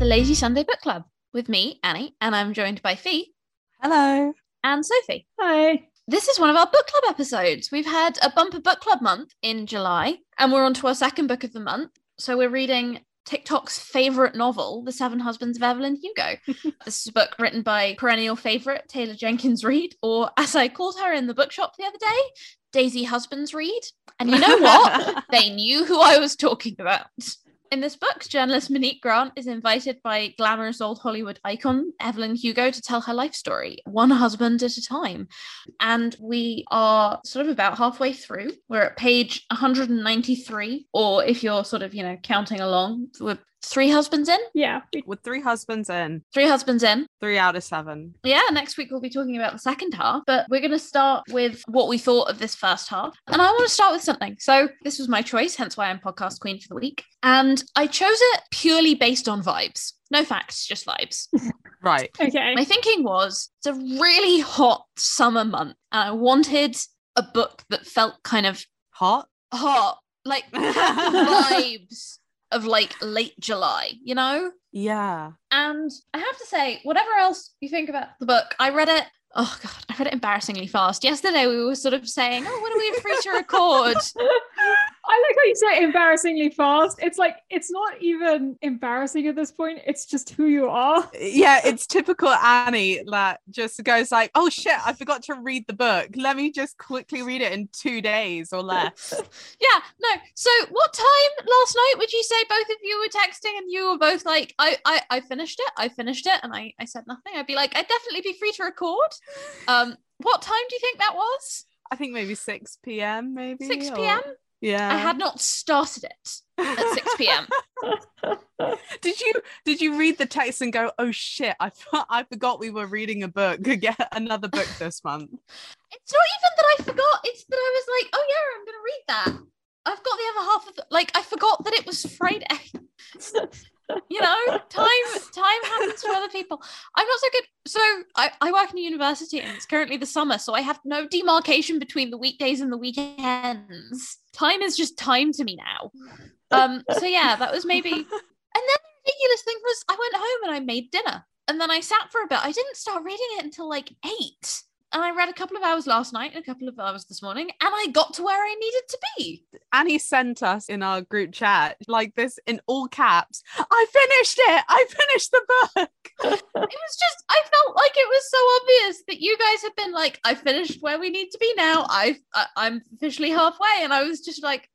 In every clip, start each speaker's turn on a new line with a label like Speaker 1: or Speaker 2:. Speaker 1: Lazy Sunday Book Club with me, Annie, and I'm joined by Fee
Speaker 2: Hello.
Speaker 1: and Sophie.
Speaker 3: Hi.
Speaker 1: This is one of our book club episodes. We've had a bumper book club month in July, and we're on to our second book of the month. So we're reading TikTok's favorite novel, The Seven Husbands of Evelyn Hugo. this is a book written by perennial favorite Taylor Jenkins Reid, or as I called her in the bookshop the other day, Daisy Husbands Reid. And you know what? they knew who I was talking about. In this book, journalist Monique Grant is invited by glamorous old Hollywood icon Evelyn Hugo to tell her life story, one husband at a time. And we are sort of about halfway through. We're at page 193, or if you're sort of, you know, counting along, we're three husbands in,
Speaker 3: Yeah. we-
Speaker 2: With three husbands in,
Speaker 1: three husbands in.
Speaker 2: three out of seven.
Speaker 1: Yeah, next week we'll be talking about the second half, but we're going to start with what we thought of this first half. And I want to start with something. So, this was my choice, hence why I'm podcast queen for the week. And I chose it purely based on vibes. No facts, just vibes.
Speaker 2: Right.
Speaker 3: Okay.
Speaker 1: My thinking was it's a really hot summer month, and I wanted a book that felt kind of
Speaker 2: Hot.
Speaker 1: hot, like vibes of like late July, you know?
Speaker 2: yeah.
Speaker 1: And I have to say, whatever else you think about the book, I read it. Oh god, I read it embarrassingly fast. Yesterday we were sort of saying, "Oh, when are we free to record?"
Speaker 3: I like how you say embarrassingly fast. It's like it's not even embarrassing at this point. It's just who you are.
Speaker 2: Yeah, it's typical Annie that just goes like, "Oh shit, I forgot to read the book. Let me just quickly read it in two days or less."
Speaker 1: yeah, no. So, what time last night would you say both of you were texting and you were both like, "I, I, I finished it. I finished it," and I, I said nothing. I'd be like, "I'd definitely be free to record." Um, what time do you think that was?
Speaker 2: I think maybe six p.m. Maybe
Speaker 1: Six
Speaker 2: or-
Speaker 1: p.m.
Speaker 2: Yeah.
Speaker 1: I had not started it at six p.m.
Speaker 2: did you did you read the text and go, "Oh shit, I for- I forgot we were reading a book. Get another book this month."
Speaker 1: It's not even that I forgot. It's that I was like, oh yeah, I'm gonna read that. I've got the other half of the, like I forgot that it was Friday. you know, time time happens for other people. I'm not so good. So I, I work in a university and it's currently the summer, so I have no demarcation between the weekdays and the weekends. Time is just time to me now. Um. So yeah, that was maybe. And then the ridiculous thing was, I went home and I made dinner, and then I sat for a bit. I didn't start reading it until like eight and I read a couple of hours last night and a couple of hours this morning, and I got to where I needed to be.
Speaker 2: Annie sent us in our group chat like this in all caps. I finished it. I finished the book.
Speaker 1: It was just, I felt like it was so obvious that you guys had been like, I finished where we need to be now. I've, I, I'm officially halfway. And I was just like,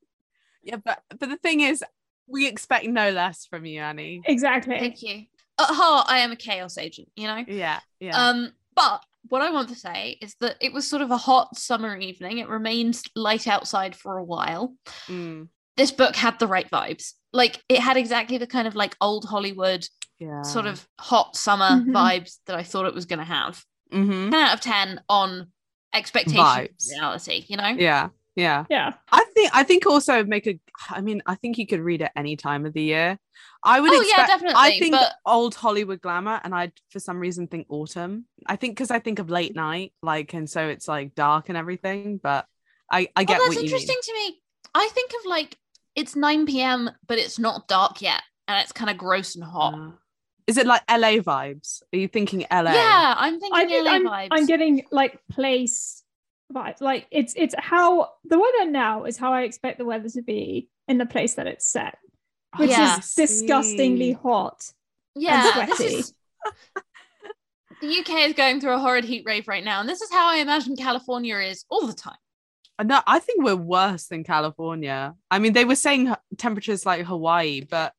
Speaker 2: Yeah, but but the thing is, we expect no less from you, Annie.
Speaker 3: exactly.
Speaker 1: thank you. At heart, I am a chaos agent, you know?
Speaker 2: Yeah, yeah.
Speaker 1: Um, but what I want to say is that it was sort of a hot summer evening. It remained light outside for a while.
Speaker 2: Mm,
Speaker 1: This book had the right vibes. Like it had exactly the kind of like old Hollywood
Speaker 2: yeah. Mm-hmm.
Speaker 1: sort of hot summer
Speaker 3: Mhm.
Speaker 1: vibes that I thought it was going to have.
Speaker 2: Mhm.
Speaker 1: 10 out of 10 on expectation
Speaker 2: Vibes.
Speaker 1: reality, you know?
Speaker 2: Yeah, yeah.
Speaker 3: Yeah.
Speaker 2: I think I think also make a. I mean, I think you could read it any time of the year. I would.
Speaker 1: Oh,
Speaker 2: expect,
Speaker 1: yeah, definitely.
Speaker 2: I think
Speaker 1: but
Speaker 2: old Hollywood glamour, and I for some reason think autumn. I think because I think of late night, like, and so it's like dark and everything. But I I get
Speaker 1: oh, that's
Speaker 2: what you mean.
Speaker 1: interesting to me. I think of like it's 9 p.m., but it's not dark yet. And it's kind of gross and hot.
Speaker 2: Uh, is it like LA vibes? Are you thinking LA?
Speaker 1: yeah, I'm thinking
Speaker 3: I think
Speaker 1: LA
Speaker 3: I'm,
Speaker 1: vibes.
Speaker 3: I'm getting like place vibes. Like it's it's how the weather now is how I expect the weather to be in the place that it's set, which
Speaker 1: Yeah.
Speaker 3: is disgustingly hot.
Speaker 1: yeah, this
Speaker 3: sweaty.
Speaker 1: is. The UK is going through a horrid heat wave right now, and this is how I imagine California is all the time.
Speaker 2: No, I think we're worse than California. I mean, they were saying h- temperatures like Hawaii, but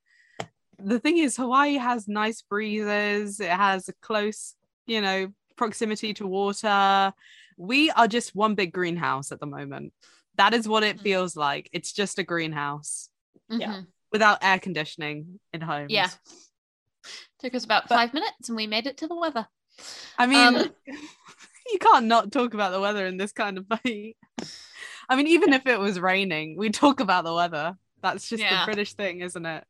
Speaker 2: the thing is, Hawaii has nice breezes. It has a close, you know, proximity to water. We are just one big greenhouse at the moment. That is what it
Speaker 1: Mhm.
Speaker 2: feels like. It's just a greenhouse
Speaker 3: Yeah.
Speaker 1: Mhm.
Speaker 2: without air conditioning in homes.
Speaker 1: Yeah. Took us about
Speaker 2: But-
Speaker 1: five minutes, and we made it to the weather.
Speaker 2: I mean,
Speaker 1: Um,
Speaker 2: you can't not talk about the weather in this kind of fight. I mean, even if it was raining, we talk about the weather. That's just
Speaker 1: Yeah.
Speaker 2: the British thing, isn't it?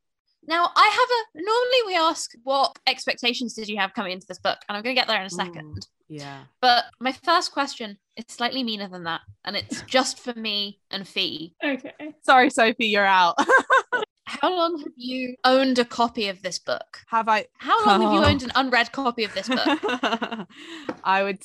Speaker 1: Now, I have a. Normally, we ask what expectations did you have coming into this book, and I'm going to get there in a
Speaker 2: Mm.
Speaker 1: second.
Speaker 2: Yeah.
Speaker 1: But my first question is slightly meaner than that, and it's just for me and Fee.
Speaker 3: Okay.
Speaker 2: Sorry, Sophie, you're out.
Speaker 1: How long have you owned a copy of this book?
Speaker 2: Have I?
Speaker 1: How long have you
Speaker 2: Oh.
Speaker 1: owned an unread copy of this book?
Speaker 2: I would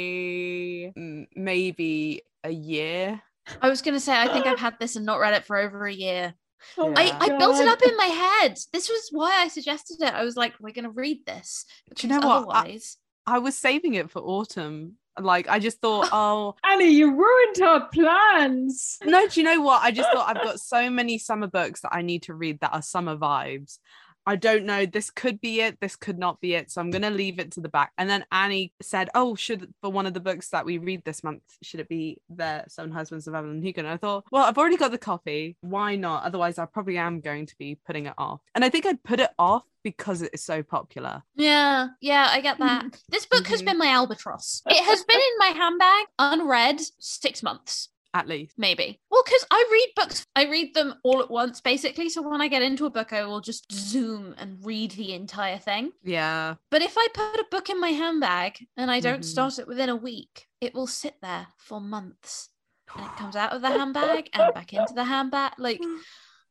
Speaker 2: say mm, maybe a year.
Speaker 1: I was going to say, I think I've had this and not read it for over a year.
Speaker 3: Oh
Speaker 1: I,
Speaker 2: Yeah.
Speaker 1: I built it
Speaker 3: God.
Speaker 1: up in my head. This was why I suggested it. I was like, we're going to read this.
Speaker 2: Do you
Speaker 1: because
Speaker 2: know what? I-
Speaker 1: Otherwise,
Speaker 2: I was saving it for autumn. Like I just thought, oh
Speaker 3: Annie, you ruined our plans.
Speaker 2: no, do you know what? I just thought I've got so many summer books that I need to read that are summer vibes. I don't know. This could be it. This could not be it. So I'm gonna leave it to the back. And then Annie said, "Oh, should for one of the books that we read this month, should it be the Seven Husbands of Evelyn Hugo?" And I thought, well, I've already got the copy. Why not? Otherwise, I probably am going to be putting it off. And I think I'd put it off because it is so popular.
Speaker 1: yeah, yeah, I get that. This book has
Speaker 2: Mhm.
Speaker 1: been my albatross. It has been in my handbag, unread, six months.
Speaker 2: At least
Speaker 1: maybe well because i read books i read them all at once basically so when i get into a book i will just zoom and read the entire thing
Speaker 2: yeah.
Speaker 1: but if i put a book in my handbag and i don't
Speaker 2: Mhm.
Speaker 1: start it within a week it will sit there for months and it comes out of the handbag and back into the handbag like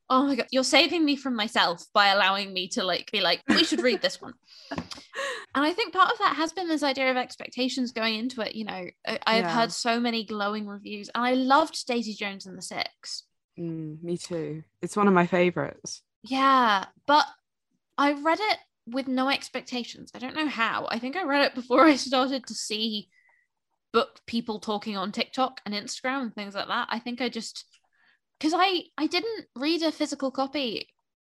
Speaker 1: oh my god you're saving me from myself by allowing me to like be like we should read this one and i think part of that has been this idea of expectations going into it you know I- i've
Speaker 2: Yeah.
Speaker 1: heard so many glowing reviews and i loved daisy jones and the six
Speaker 2: Mm, me too. It's one of my favorites.
Speaker 1: yeah but i read it with no expectations i don't know how i think i read it before i started to see book people talking on tiktok and instagram and things like that i think i just because i i didn't read a physical copy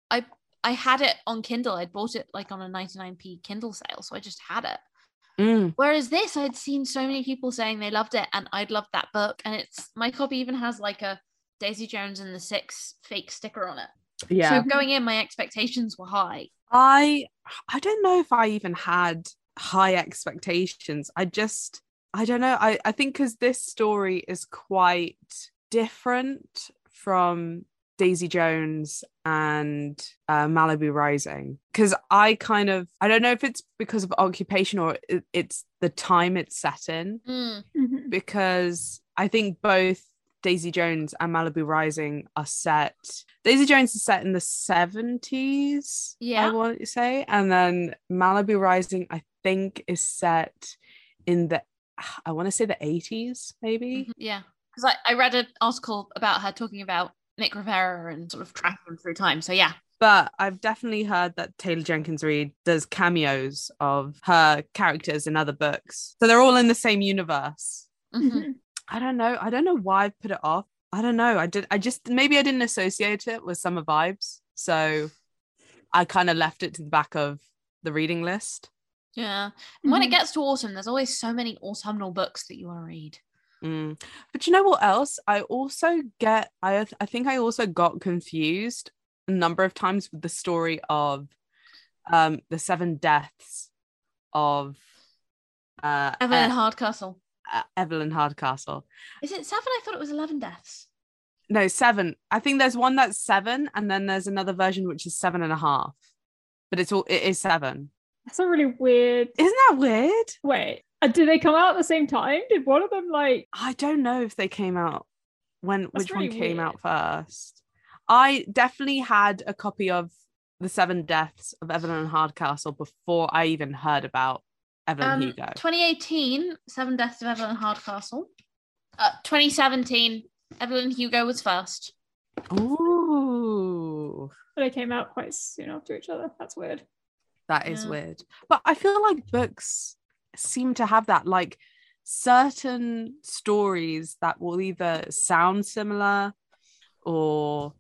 Speaker 1: i i had it on kindle i'd bought it like on a 99p kindle sale so i just had it
Speaker 2: Mm,
Speaker 1: Whereas this, I'd seen so many people saying they loved it, and I'd loved that book. And it's my copy even has like a Daisy Jones and the Six fake sticker on it.
Speaker 2: Yeah.
Speaker 1: So going in, my expectations were high.
Speaker 2: I I don't know if I even had high expectations. I just I don't know. I I think cuz this story is quite different from Daisy Jones and uh, Malibu Rising because I kind of I don't know if it's because of occupation or it, it's the time it's set in
Speaker 1: Mm,
Speaker 3: Mhm.
Speaker 2: because I think both Daisy Jones and Malibu Rising are set. Daisy Jones is set in the 70s,
Speaker 1: Yeah.
Speaker 2: I want to say. And then Malibu Rising, I think, is set in the, I want to say the 80s, maybe.
Speaker 1: mhm, yeah. Because I, I read an article about her talking about Nick Rivera and sort of tracking him through time. So yeah.
Speaker 2: But I've definitely heard that Taylor Jenkins Reid does cameos of her characters in other books. So they're all in the same universe.
Speaker 1: Mhm.
Speaker 2: I don't know. I don't know why I put it off. I don't know. I did. I just maybe I didn't associate it with summer vibes, so I kind of left it to the back of the reading list.
Speaker 1: Yeah. And When it
Speaker 3: Mhm.
Speaker 1: gets to autumn, there's always so many autumnal books that you want to read.
Speaker 2: Mm. But you know what else? I also get. I I think I also got confused a number of times with the story of um the seven deaths of uh,
Speaker 1: Evelyn
Speaker 2: E-
Speaker 1: Hardcastle.
Speaker 2: uh, Evelyn Hardcastle.
Speaker 1: Is it seven? I thought it was 11 deaths.
Speaker 2: no seven i think there's one that's seven and then there's another version which is seven and a half but it's all it is seven
Speaker 3: That's a really weird
Speaker 2: isn't that weird
Speaker 3: Wait, uh, did they come out at the same time? Did one of them like?
Speaker 2: i don't know if they came out when which one
Speaker 3: really
Speaker 2: came out first i definitely had a copy of the seven deaths of evelyn hardcastle before i even heard about evelyn
Speaker 1: Um,
Speaker 2: hugo
Speaker 1: 2018, Seven Deaths of Evelyn Hardcastle. Uh, 2017, Evelyn Hugo was first.
Speaker 2: Ooh,
Speaker 3: They came out quite soon after each other. That's weird.
Speaker 2: that is
Speaker 1: Yeah.
Speaker 2: weird but i feel like books seem to have that like certain stories that will either sound similar or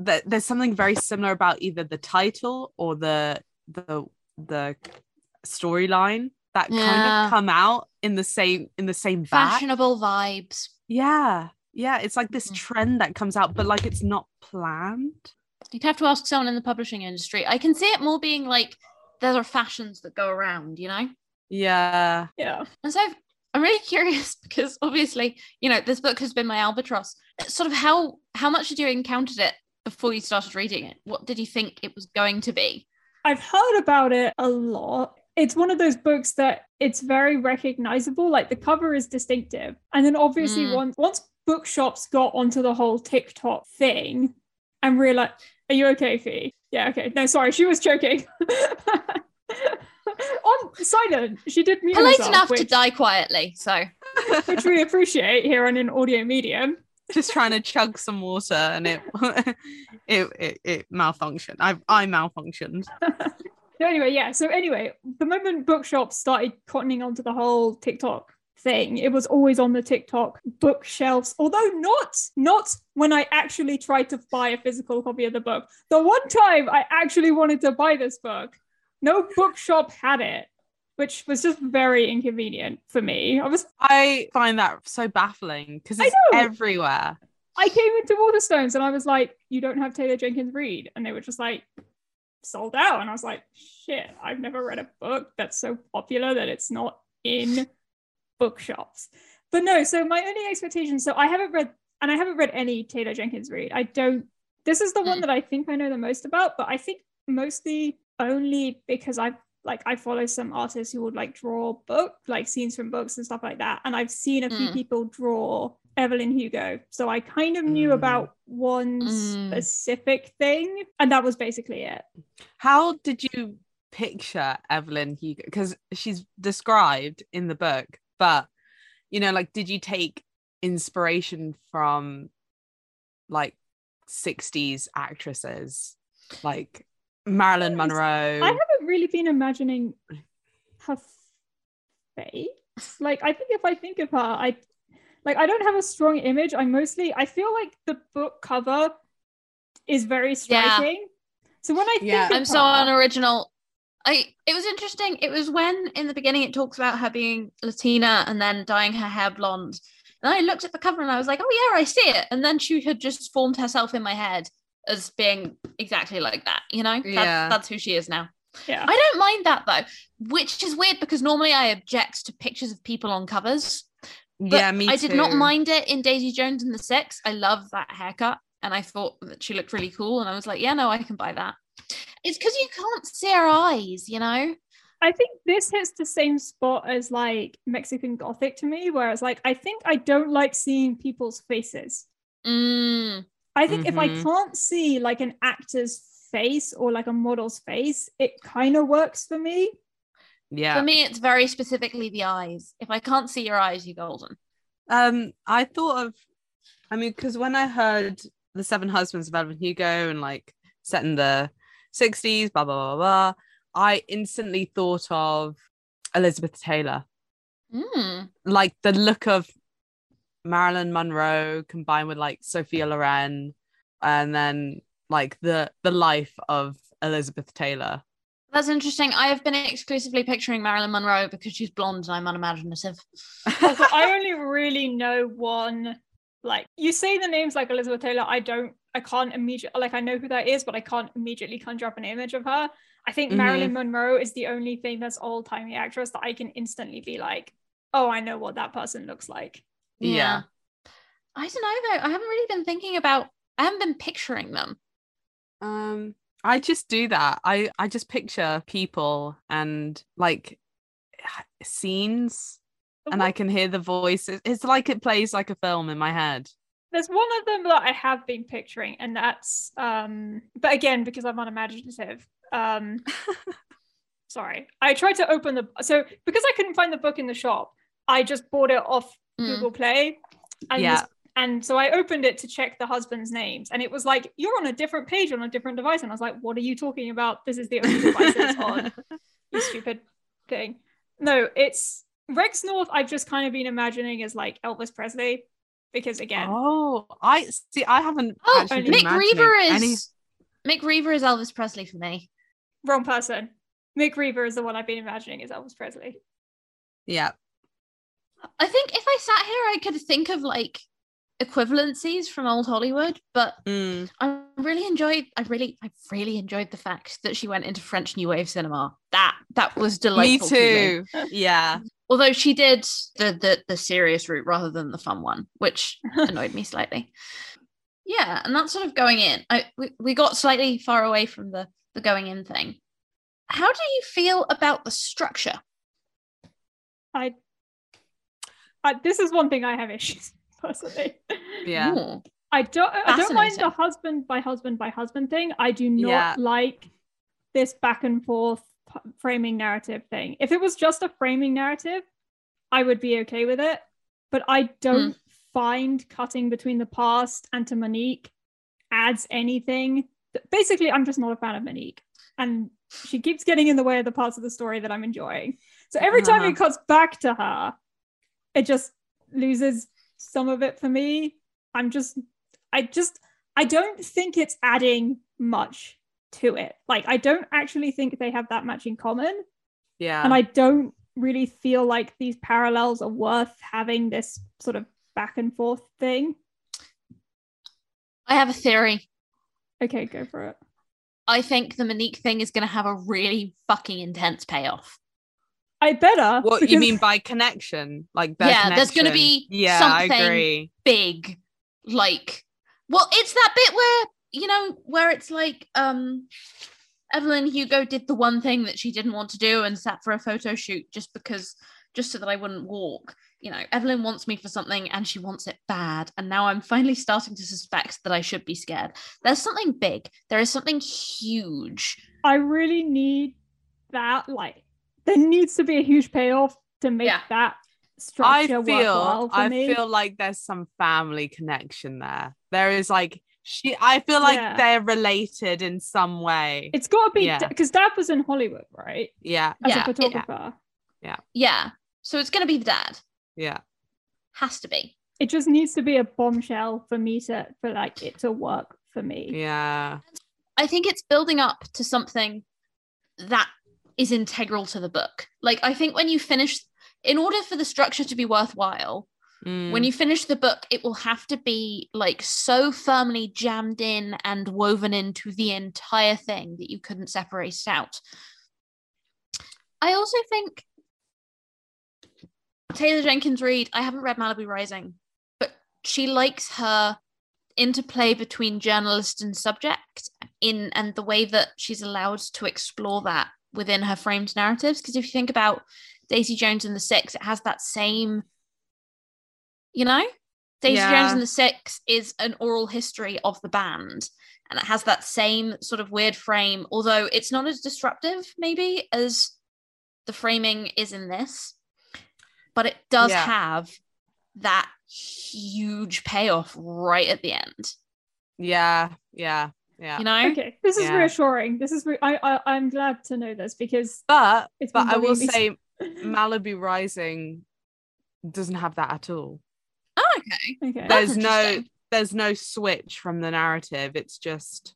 Speaker 2: that there's something very similar about either the title or the the the storyline that kind
Speaker 1: Yeah.
Speaker 2: of come out in the same in the same batch
Speaker 1: Fashionable vibes.
Speaker 2: yeah yeah it's like this
Speaker 1: Mhm.
Speaker 2: trend that comes out but like it's not planned
Speaker 1: You'd have to ask someone in the publishing industry. I can see it more being like there are fashions that go around, you know?
Speaker 2: yeah
Speaker 3: Yeah.
Speaker 1: And so I'm really curious because obviously, you know, this book has been my albatross. Sort of how how much had you encountered it before you started reading it? What did you think it was going to be?
Speaker 3: I've heard about it a lot. It's one of those books that it's very recognizable. Like the cover is distinctive. And then obviously
Speaker 1: Mm.
Speaker 3: once once bookshops got onto the whole TikTok thing and realized Are you okay, Fee? Yeah, okay. No, sorry, she was choking. On silent, she did mute
Speaker 1: Polite
Speaker 3: herself,
Speaker 1: enough to
Speaker 3: which,
Speaker 1: die quietly. So
Speaker 3: which we appreciate here on an audio medium.
Speaker 2: just trying to chug some water and it it, it it malfunctioned. I I malfunctioned.
Speaker 3: No, anyway, yeah. So anyway, the moment Bookshop started cottoning onto the whole TikTok thing, it was always on the TikTok bookshelves. Although not not when I actually tried to buy a physical copy of the book. The one time I actually wanted to buy this book, no bookshop had it, which was just very inconvenient for me. I was
Speaker 2: I find that so baffling because
Speaker 3: I
Speaker 2: it's
Speaker 3: know.
Speaker 2: everywhere.
Speaker 3: I came into Waterstones and I was like, "You don't have Taylor Jenkins Reid," and they were just like sold out, and I was like, "Shit, I've never read a book that's so popular that it's not in bookshops." But no, so my only expectation, so I haven't read, and I haven't read any Taylor Jenkins Reid. I don't. This is the one
Speaker 1: Mm.
Speaker 3: that I think I know the most about, but I think mostly only because I've like I follow some artists who would like draw book like scenes from books and stuff like that, and I've seen a few
Speaker 1: Mm.
Speaker 3: people draw Evelyn Hugo, so I kind of knew
Speaker 2: Mm.
Speaker 3: about one
Speaker 1: Mm.
Speaker 3: specific thing, and that was basically it.
Speaker 2: How did you picture Evelyn Hugo? Because she's described in the book, but you know, like, did you take inspiration from like 60s actresses like Marilyn
Speaker 3: Yes.
Speaker 2: Monroe?
Speaker 3: I haven't really been imagining her face. Like I think if I think of her, I like I don't have a strong image. I mostly I feel like the book cover is very striking. So when I think
Speaker 2: Yeah.
Speaker 3: of
Speaker 1: I'm so
Speaker 3: her-
Speaker 1: unoriginal. I it was interesting. It was when in the beginning it talks about her being Latina and then dyeing her hair blonde. And I looked at the cover and I was like, oh yeah, I see it. And then she had just formed herself in my head as being exactly like that. You know, That-
Speaker 2: Yeah.
Speaker 1: that's who she is now.
Speaker 3: yeah.
Speaker 1: I don't mind that though, which is weird because normally I object to pictures of people on covers. But
Speaker 2: yeah, me
Speaker 1: I did not
Speaker 2: too.
Speaker 1: mind it in Daisy Jones and the Six. I love that haircut, and I thought that she looked really cool, and I was like, yeah, no, I can buy that. It's because you can't see her eyes, you know.
Speaker 3: I think this hits the same spot as like Mexican Gothic to me, where it's like I think I don't like seeing people's faces.
Speaker 1: Mm,
Speaker 3: I think if I
Speaker 2: Mhm.
Speaker 3: can't see like an actor's face or like a model's face, it kind of works for me.
Speaker 2: Yeah.
Speaker 1: For me, it's very specifically the eyes. If I can't see your eyes, you're golden.
Speaker 2: Um, I thought of, I mean, because when I heard the Seven Husbands of Evelyn Hugo and like set in the sixties, blah blah blah blah, I instantly thought of Elizabeth Taylor,
Speaker 1: Mm.
Speaker 2: like the look of Marilyn Monroe combined with like Sophia Loren, and then like the the life of Elizabeth Taylor.
Speaker 1: That's interesting. I have been exclusively picturing Marilyn Monroe because she's blonde and I'm unimaginative.
Speaker 3: Also, I only really know one. Like you say the names like Elizabeth Taylor, I don't, I can't immediately like I know who that is, but I can't immediately conjure up an image of her. I think
Speaker 2: Mhm.
Speaker 3: Marilyn Monroe is the only thing that's old timey actress that I can instantly be like, oh, I know what that person looks like.
Speaker 2: Yeah.
Speaker 1: I don't know though. I haven't really been thinking about. I haven't been picturing them.
Speaker 2: Um, I just do that. I I just picture people and like scenes, and
Speaker 1: Uh-huh.
Speaker 2: I can hear the voices. It's like it plays like a film in my head.
Speaker 3: There's one of them that I have been picturing, and that's um but again, because I'm unimaginative. Um sorry. I tried to open the so because I couldn't find the book in the shop, I just bought it off
Speaker 2: Hmm.
Speaker 1: Mm.
Speaker 3: Google Play. And
Speaker 2: Yeah.
Speaker 3: this- and so I opened it to check the husband's names. And it was like, you're on a different page on a different device. And I was like, what are you talking about? This is the only device that's on, you stupid thing. No, it's Rex North, I've just kind of been imagining as like Elvis Presley. Because again,
Speaker 2: Oh, I see. I haven't.
Speaker 1: Oh,
Speaker 2: actually been
Speaker 1: Mick
Speaker 2: imagining
Speaker 1: Reaver is
Speaker 2: any-
Speaker 1: Mick Reaver is Elvis Presley for me.
Speaker 3: wrong person. Mick Reaver is the one I've been imagining as Elvis Presley.
Speaker 2: Yeah,
Speaker 1: I think if I sat here, I could think of like equivalencies from old Hollywood, but
Speaker 2: Mm.
Speaker 1: I really enjoyed. I really, I really enjoyed the fact that she went into French New Wave cinema. That that was
Speaker 2: me
Speaker 1: delightful. to
Speaker 2: too. yeah,
Speaker 1: Although she did the, the the serious route rather than the fun one, which annoyed me slightly. Yeah, and that's sort of going in. I we, we got slightly far away from the the going in thing. How do you feel about the structure?
Speaker 3: I, I this is one thing I have issues with, personally.
Speaker 2: yeah.
Speaker 1: Ooh.
Speaker 3: I don't I don't mind the
Speaker 1: Fascinating.
Speaker 3: husband by husband by husband thing. I do not
Speaker 2: Yeah.
Speaker 3: like this back and forth p- framing narrative thing. If it was just a framing narrative, I would be okay with it. But I don't find cutting between the past and to Monique adds anything. Basically, I'm just not a fan of Monique. And she keeps getting in the way of the parts of the story that I'm enjoying. So every time
Speaker 2: Uh-huh.
Speaker 3: it cuts back to her, it just loses some of it for me. I'm just, I just, I don't think it's adding much to it. Like, I don't actually think they have that much in common.
Speaker 2: Yeah.
Speaker 3: And I don't really feel like these parallels are worth having this sort of back and forth thing.
Speaker 1: I have a theory.
Speaker 3: Okay, go for it.
Speaker 1: I think the Monique thing is going to have a really fucking intense payoff.
Speaker 3: I better.
Speaker 2: what you
Speaker 3: because-
Speaker 2: mean by connection? Like their
Speaker 1: Yeah, there's gonna
Speaker 2: connection.
Speaker 1: be
Speaker 2: yeah, I
Speaker 1: something-
Speaker 2: agree.
Speaker 1: Big, like, well, it's that bit where you know where it's like, um, Evelyn Hugo did the one thing that she didn't want to do and sat for a photo shoot just because, just so that I wouldn't walk. You know, Evelyn wants me for something and she wants it bad. And now I'm finally starting to suspect that I should be scared. There's something big. There is something huge.
Speaker 3: I really need that. Like, there needs to be a huge payoff to make
Speaker 1: Yeah.
Speaker 3: that
Speaker 2: I
Speaker 3: structure worthwhile
Speaker 2: feel
Speaker 3: for
Speaker 2: I
Speaker 3: me.
Speaker 2: feel like there's some family connection there. There is like she I feel like
Speaker 3: Yeah.
Speaker 2: they're related in some way.
Speaker 3: it's got to be
Speaker 2: Yeah.
Speaker 3: because Dad was in Hollywood, right?
Speaker 2: yeah,
Speaker 3: As
Speaker 1: Yeah,
Speaker 3: a
Speaker 1: it-
Speaker 3: photographer,
Speaker 1: Yeah. So it's going to be the dad.
Speaker 2: yeah.
Speaker 1: Has to be.
Speaker 3: it. just needs to be a bombshell for me to for like it to work for me.
Speaker 2: Yeah.
Speaker 1: I think it's building up to something that is integral to the book. Like, I think when you finish, in order for the structure to be worthwhile,
Speaker 2: Mm.
Speaker 1: when you finish the book, it will have to be like so firmly jammed in and woven into the entire thing that you couldn't separate it out. I also think Taylor Jenkins Reid, I haven't read Malibu Rising, but she likes her interplay between journalist and subject in and the way that she's allowed to explore that within her framed narratives. Because if you think about Daisy Jones and the Six, it has that same, you know, Daisy Jones
Speaker 2: Yeah.
Speaker 1: and the Six is an oral history of the band, and it has that same sort of weird frame, although it's not as disruptive maybe as the framing is in this, but it does
Speaker 2: Yeah.
Speaker 1: have that huge payoff right at the end.
Speaker 2: Yeah, yeah, yeah.
Speaker 1: You know,
Speaker 3: Okay, this is
Speaker 2: Yeah.
Speaker 3: reassuring. This is re- I, I I'm glad to know this because
Speaker 2: But
Speaker 3: it's.
Speaker 2: but
Speaker 3: been
Speaker 2: I will
Speaker 3: bugging me.
Speaker 2: say Malibu Rising doesn't have that at all.
Speaker 1: oh, okay,
Speaker 3: okay.
Speaker 1: That's
Speaker 2: There's no
Speaker 1: interesting.
Speaker 2: there's no switch from the narrative. It's just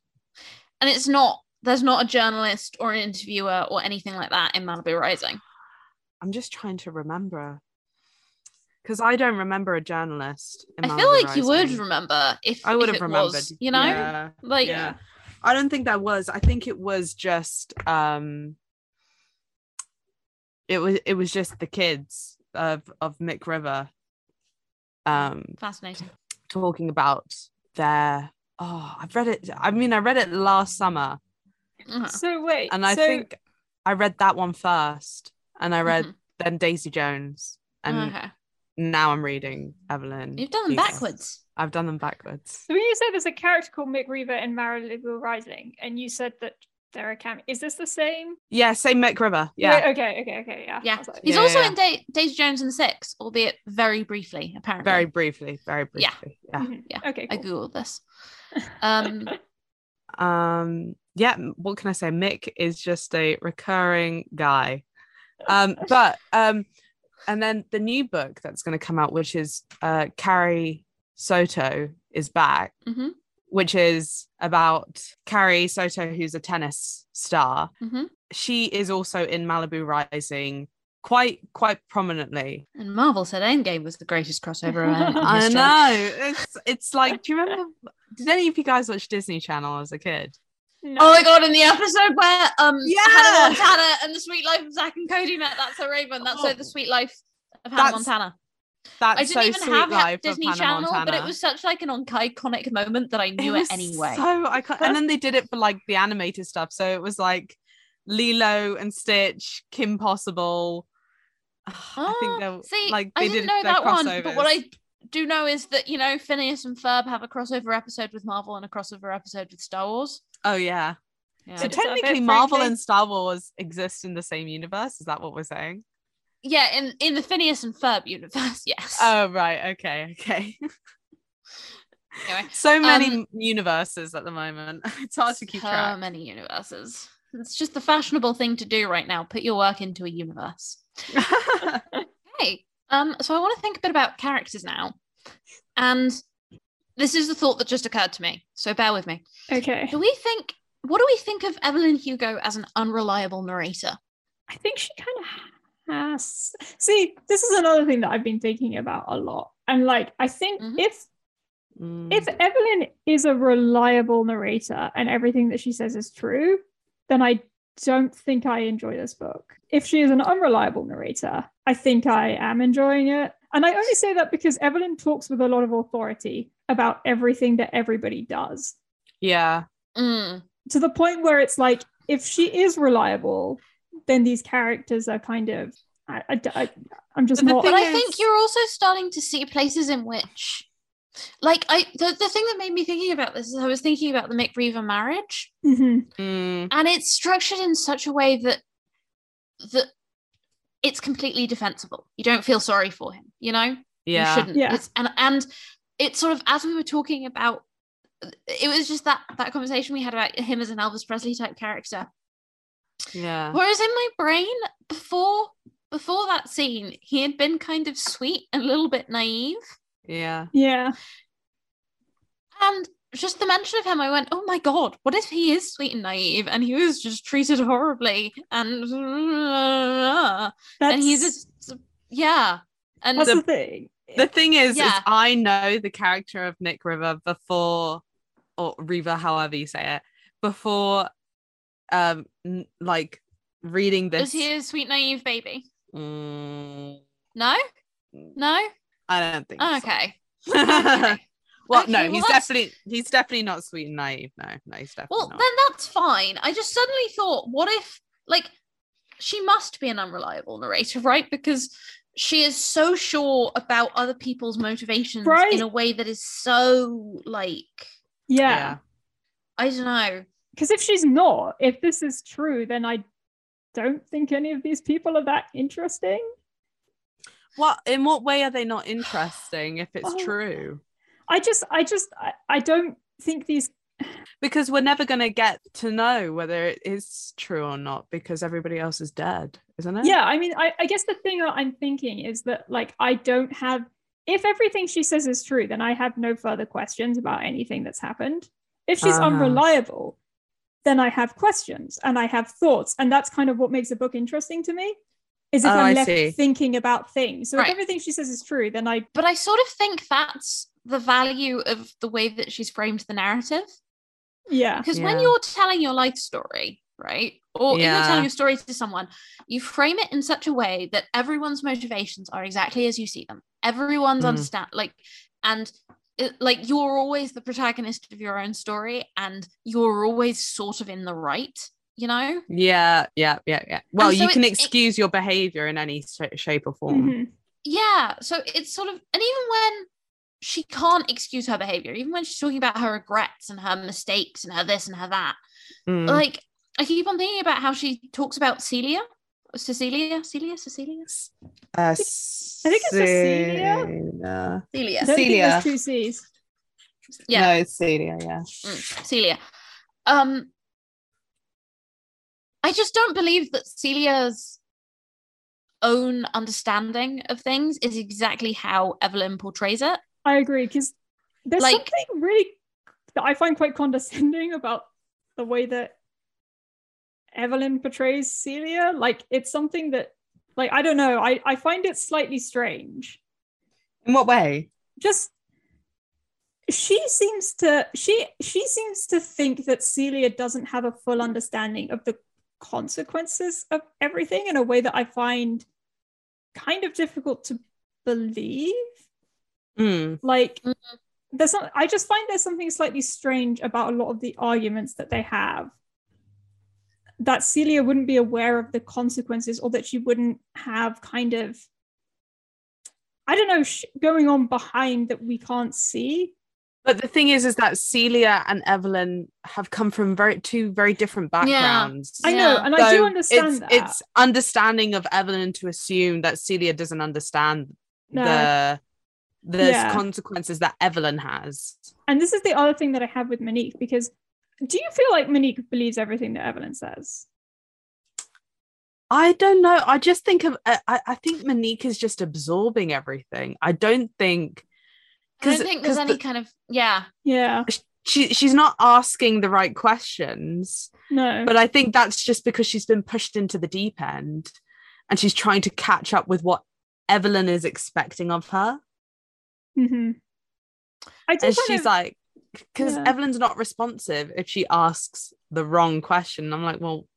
Speaker 1: and it's not. There's not a journalist or an interviewer or anything like that in Malibu Rising.
Speaker 2: I'm just trying to remember. Because I don't remember a journalist. in
Speaker 1: I feel
Speaker 2: Malibu
Speaker 1: like you would
Speaker 2: Rising.
Speaker 1: remember if
Speaker 2: I would
Speaker 1: if
Speaker 2: have
Speaker 1: it
Speaker 2: remembered.
Speaker 1: was, you know,
Speaker 2: Yeah.
Speaker 1: like
Speaker 2: yeah. I don't think there was. I think it was just um it was it was just the kids of of Mick River um
Speaker 1: fascinating.
Speaker 2: talking about their oh I've read it I mean I read it last summer
Speaker 1: Uh-huh.
Speaker 3: So wait,
Speaker 2: and I
Speaker 3: so-
Speaker 2: think I read that one first and I read
Speaker 1: Mm-hmm.
Speaker 2: um, then Daisy Jones and
Speaker 1: okay,
Speaker 2: now I'm reading Evelyn.
Speaker 1: Uh-huh. you've done them
Speaker 2: Hugo.
Speaker 1: backwards.
Speaker 2: I've done them backwards.
Speaker 3: So when you say there's a character called Mick Reaver in Malibu Rising, and you said that there are cam, is this the same?
Speaker 2: Yeah, same Mick River. Yeah.
Speaker 3: Wait, okay. Okay. Okay. Yeah. I
Speaker 1: Yeah,
Speaker 3: was like-
Speaker 1: he's
Speaker 2: Yeah,
Speaker 1: also
Speaker 2: yeah,
Speaker 1: in da- Daisy Jones and the Six, albeit very briefly. Apparently,
Speaker 2: Very briefly. Very
Speaker 1: Yeah.
Speaker 2: briefly. Yeah.
Speaker 3: Mhm.
Speaker 1: yeah.
Speaker 3: Okay.
Speaker 1: I
Speaker 3: cool.
Speaker 1: googled this. Um,
Speaker 2: um yeah m- what can i say mick is just a recurring guy um but um and then the new book that's going to come out which is uh carrie soto is back
Speaker 1: mhm,
Speaker 2: which is about carrie soto who's a tennis star
Speaker 1: mhm.
Speaker 2: she is also in malibu rising quite quite prominently
Speaker 1: And Marvel said Endgame was the greatest crossover event. in
Speaker 2: i
Speaker 1: history.
Speaker 2: know it's it's like do you remember did any of you guys watch disney channel as a kid
Speaker 3: No.
Speaker 1: Oh my god! In the episode where um
Speaker 2: Yeah.
Speaker 1: Hannah Montana and the Sweet Life of Zach and Cody met, that's a Raven. That's so
Speaker 2: Oh.
Speaker 1: the Sweet Life of Hannah
Speaker 2: That's-
Speaker 1: Montana.
Speaker 2: that's
Speaker 1: I didn't
Speaker 2: so
Speaker 1: even
Speaker 2: sweet
Speaker 1: have
Speaker 2: life of
Speaker 1: Disney
Speaker 2: Hannah
Speaker 1: Channel, but it
Speaker 2: Montana.
Speaker 1: was such like an on- iconic moment that I knew it,
Speaker 2: was
Speaker 1: anyway.
Speaker 2: So I can't, and then they did it for like the animated stuff. So it was like Lilo and Stitch, Kim Possible. I
Speaker 1: Ah,
Speaker 2: think they
Speaker 1: see,
Speaker 2: like
Speaker 1: I
Speaker 2: they
Speaker 1: Ah, didn't
Speaker 2: did
Speaker 1: know
Speaker 2: their
Speaker 1: that one, but what
Speaker 2: crossovers.
Speaker 1: I do know is that you know Phineas and Ferb have a crossover episode with Marvel and a crossover episode with Star Wars.
Speaker 2: Oh yeah.
Speaker 1: Yeah.
Speaker 2: So
Speaker 3: It's a bit
Speaker 2: technically, Marvel
Speaker 3: freaky.
Speaker 2: and Star Wars exist in the same universe. Is that what we're saying?
Speaker 1: yeah, in in the Phineas and Ferb universe, yes.
Speaker 2: Oh right. Okay. Okay.
Speaker 1: Anyway,
Speaker 2: so many
Speaker 1: um,
Speaker 2: m- universes at the moment. It's hard to keep
Speaker 1: so
Speaker 2: track.
Speaker 1: many universes. It's just the fashionable thing to do right now. Put your work into a universe. Okay. Um, so I want to think a bit about characters now. And this is the thought that just occurred to me. So bear with me.
Speaker 3: Okay.
Speaker 1: Do we think what do we think of Evelyn Hugo as an unreliable narrator?
Speaker 3: I think she kind of has. See, this is another thing that I've been thinking about a lot. And like, I think
Speaker 1: Mhm.
Speaker 3: if
Speaker 2: Mm.
Speaker 3: if Evelyn is a reliable narrator and everything that she says is true, then I don't think I enjoy this book. If she is an unreliable narrator, I think I am enjoying it. And I only say that because Evelyn talks with a lot of authority about everything that everybody does
Speaker 2: yeah.
Speaker 1: Mm.
Speaker 3: to the point where it's like, if she is reliable, then these characters are kind of. I, am just
Speaker 2: But the
Speaker 3: not.
Speaker 1: But
Speaker 2: thing
Speaker 1: I think
Speaker 2: is-
Speaker 1: you're also starting to see places in which like I the, the thing that made me thinking about this is I was thinking about the McReaver marriage.
Speaker 3: Mhm.
Speaker 2: Mm.
Speaker 1: and it's structured in such a way that that it's completely defensible you don't feel sorry for him you know
Speaker 2: Yeah.
Speaker 1: you shouldn't
Speaker 3: Yeah.
Speaker 1: It's- and and it's sort of as we were talking about it was just that that conversation we had about him as an elvis presley type character
Speaker 2: Yeah.
Speaker 1: whereas in my brain before before that scene he had been kind of sweet and a little bit naive
Speaker 2: Yeah.
Speaker 3: Yeah.
Speaker 1: and just the mention of him i went oh my god what if he is sweet and naive and he was just treated horribly and
Speaker 3: That's,
Speaker 1: and he's just yeah and
Speaker 3: that's
Speaker 2: the-
Speaker 3: the, thing.
Speaker 2: The thing is,
Speaker 1: Yeah.
Speaker 2: is I know the character of Nick River before, or River, however you say it, before, um, n- like reading
Speaker 1: is
Speaker 2: this.
Speaker 1: he a sweet naive baby
Speaker 2: Mm,
Speaker 1: no no
Speaker 2: I don't think.
Speaker 1: Oh,
Speaker 2: so.
Speaker 1: okay Okay.
Speaker 2: well,
Speaker 1: Okay,
Speaker 2: no,
Speaker 1: well,
Speaker 2: he's
Speaker 1: that's-
Speaker 2: definitely he's definitely not sweet and naive. No, no, he's definitely
Speaker 1: well
Speaker 2: not.
Speaker 1: then that's fine i just suddenly thought what if like she must be an unreliable narrator right because she is so sure about other people's motivations
Speaker 3: Right.
Speaker 1: in a way that is so like
Speaker 3: yeah.
Speaker 1: i don't know
Speaker 3: Because if she's not, if this is true, then I don't think any of these people are that interesting.
Speaker 2: What in what way are they not interesting if it's
Speaker 3: Oh.
Speaker 2: true?
Speaker 3: I just, I just, I, I don't think these.
Speaker 2: Because we're never gonna get to know whether it is true or not because everybody else is dead, isn't it?
Speaker 3: Yeah, I mean, I, I guess the thing that I'm thinking is that, like, I don't have. If everything she says is true, then I have no further questions about anything that's happened. If she's
Speaker 2: Uh-huh.
Speaker 3: unreliable, then I have questions and I have thoughts, and that's kind of what makes a book interesting to me. Is if
Speaker 2: Oh, I
Speaker 3: I'm left
Speaker 2: see.
Speaker 3: thinking about things. So
Speaker 1: Right.
Speaker 3: if everything she says is true, then I
Speaker 1: but I sort of think that's the value of the way that she's framed the narrative.
Speaker 3: yeah
Speaker 1: Because when
Speaker 2: Yeah.
Speaker 1: you're telling your life story, right, or if you're
Speaker 2: Yeah.
Speaker 1: telling a story to someone, you frame it in such a way that everyone's motivations are exactly as you see them. Everyone's
Speaker 2: Mm.
Speaker 1: understand like, and it, like you're always the protagonist of your own story, and you're always sort of in the right, you know.
Speaker 2: Yeah, yeah, yeah, yeah. Well,
Speaker 1: so
Speaker 2: you can
Speaker 1: it- it-
Speaker 2: excuse your behavior in any sh- shape or form.
Speaker 3: Mhm.
Speaker 1: Yeah. So it's sort of, and even when she can't excuse her behavior, even when she's talking about her regrets and her mistakes and her this and her that,
Speaker 2: Mm.
Speaker 1: like I keep on thinking about how she talks about Celia, Cecilia, Celia, Cecilia,
Speaker 2: Uh,
Speaker 3: I think it's Cecilia.
Speaker 2: Celia.
Speaker 1: Celia,
Speaker 3: I don't think
Speaker 2: Celia.
Speaker 3: there's two C's.
Speaker 1: Yeah.
Speaker 2: No, it's Celia, yeah.
Speaker 1: Mm, Celia. Um, I just don't believe that Celia's own understanding of things is exactly how Evelyn portrays it.
Speaker 3: I agree because there's
Speaker 1: Like-
Speaker 3: something really that I find quite condescending about the way that Evelyn portrays Celia. Like it's something that, like I don't know, I I find it slightly strange.
Speaker 2: In what way?
Speaker 3: Just she seems to she she seems to think that Celia doesn't have a full understanding of the consequences of everything in a way that I find kind of difficult to believe.
Speaker 2: Mm.
Speaker 3: like
Speaker 1: Mhm.
Speaker 2: Mm-hmm.
Speaker 3: there's some i just find there's something slightly strange about a lot of the arguments that they have that celia wouldn't be aware of the consequences or that she wouldn't have kind of I don't know, sh- going on behind that we can't see.
Speaker 2: But the thing is, is that Celia and Evelyn have come from very two very different backgrounds.
Speaker 3: I know,
Speaker 1: Yeah.
Speaker 3: and I do
Speaker 2: So
Speaker 3: understand
Speaker 2: it's,
Speaker 3: that.
Speaker 2: It's understanding of Evelyn to assume that Celia doesn't understand
Speaker 3: No.
Speaker 2: the the
Speaker 3: Yeah.
Speaker 2: consequences that Evelyn has.
Speaker 3: And this is the other thing that I have with Monique because do you feel like Monique believes everything that Evelyn says?
Speaker 2: I don't know. I just think of uh, I, I I think Monique is just absorbing everything. I don't think
Speaker 1: I don't
Speaker 2: 'Cause-
Speaker 1: think there's
Speaker 2: 'cause
Speaker 1: any
Speaker 2: the-
Speaker 1: kind of yeah.
Speaker 3: Yeah,
Speaker 2: she she's not asking the right questions.
Speaker 3: no.
Speaker 2: But I think that's just because she's been pushed into the deep end and she's trying to catch up with what Evelyn is expecting of her.
Speaker 3: hmm I do
Speaker 2: And
Speaker 3: kind
Speaker 2: she's
Speaker 3: of-
Speaker 2: like, because
Speaker 3: Yeah.
Speaker 2: Evelyn's not responsive if she asks the wrong question. And I'm like, well,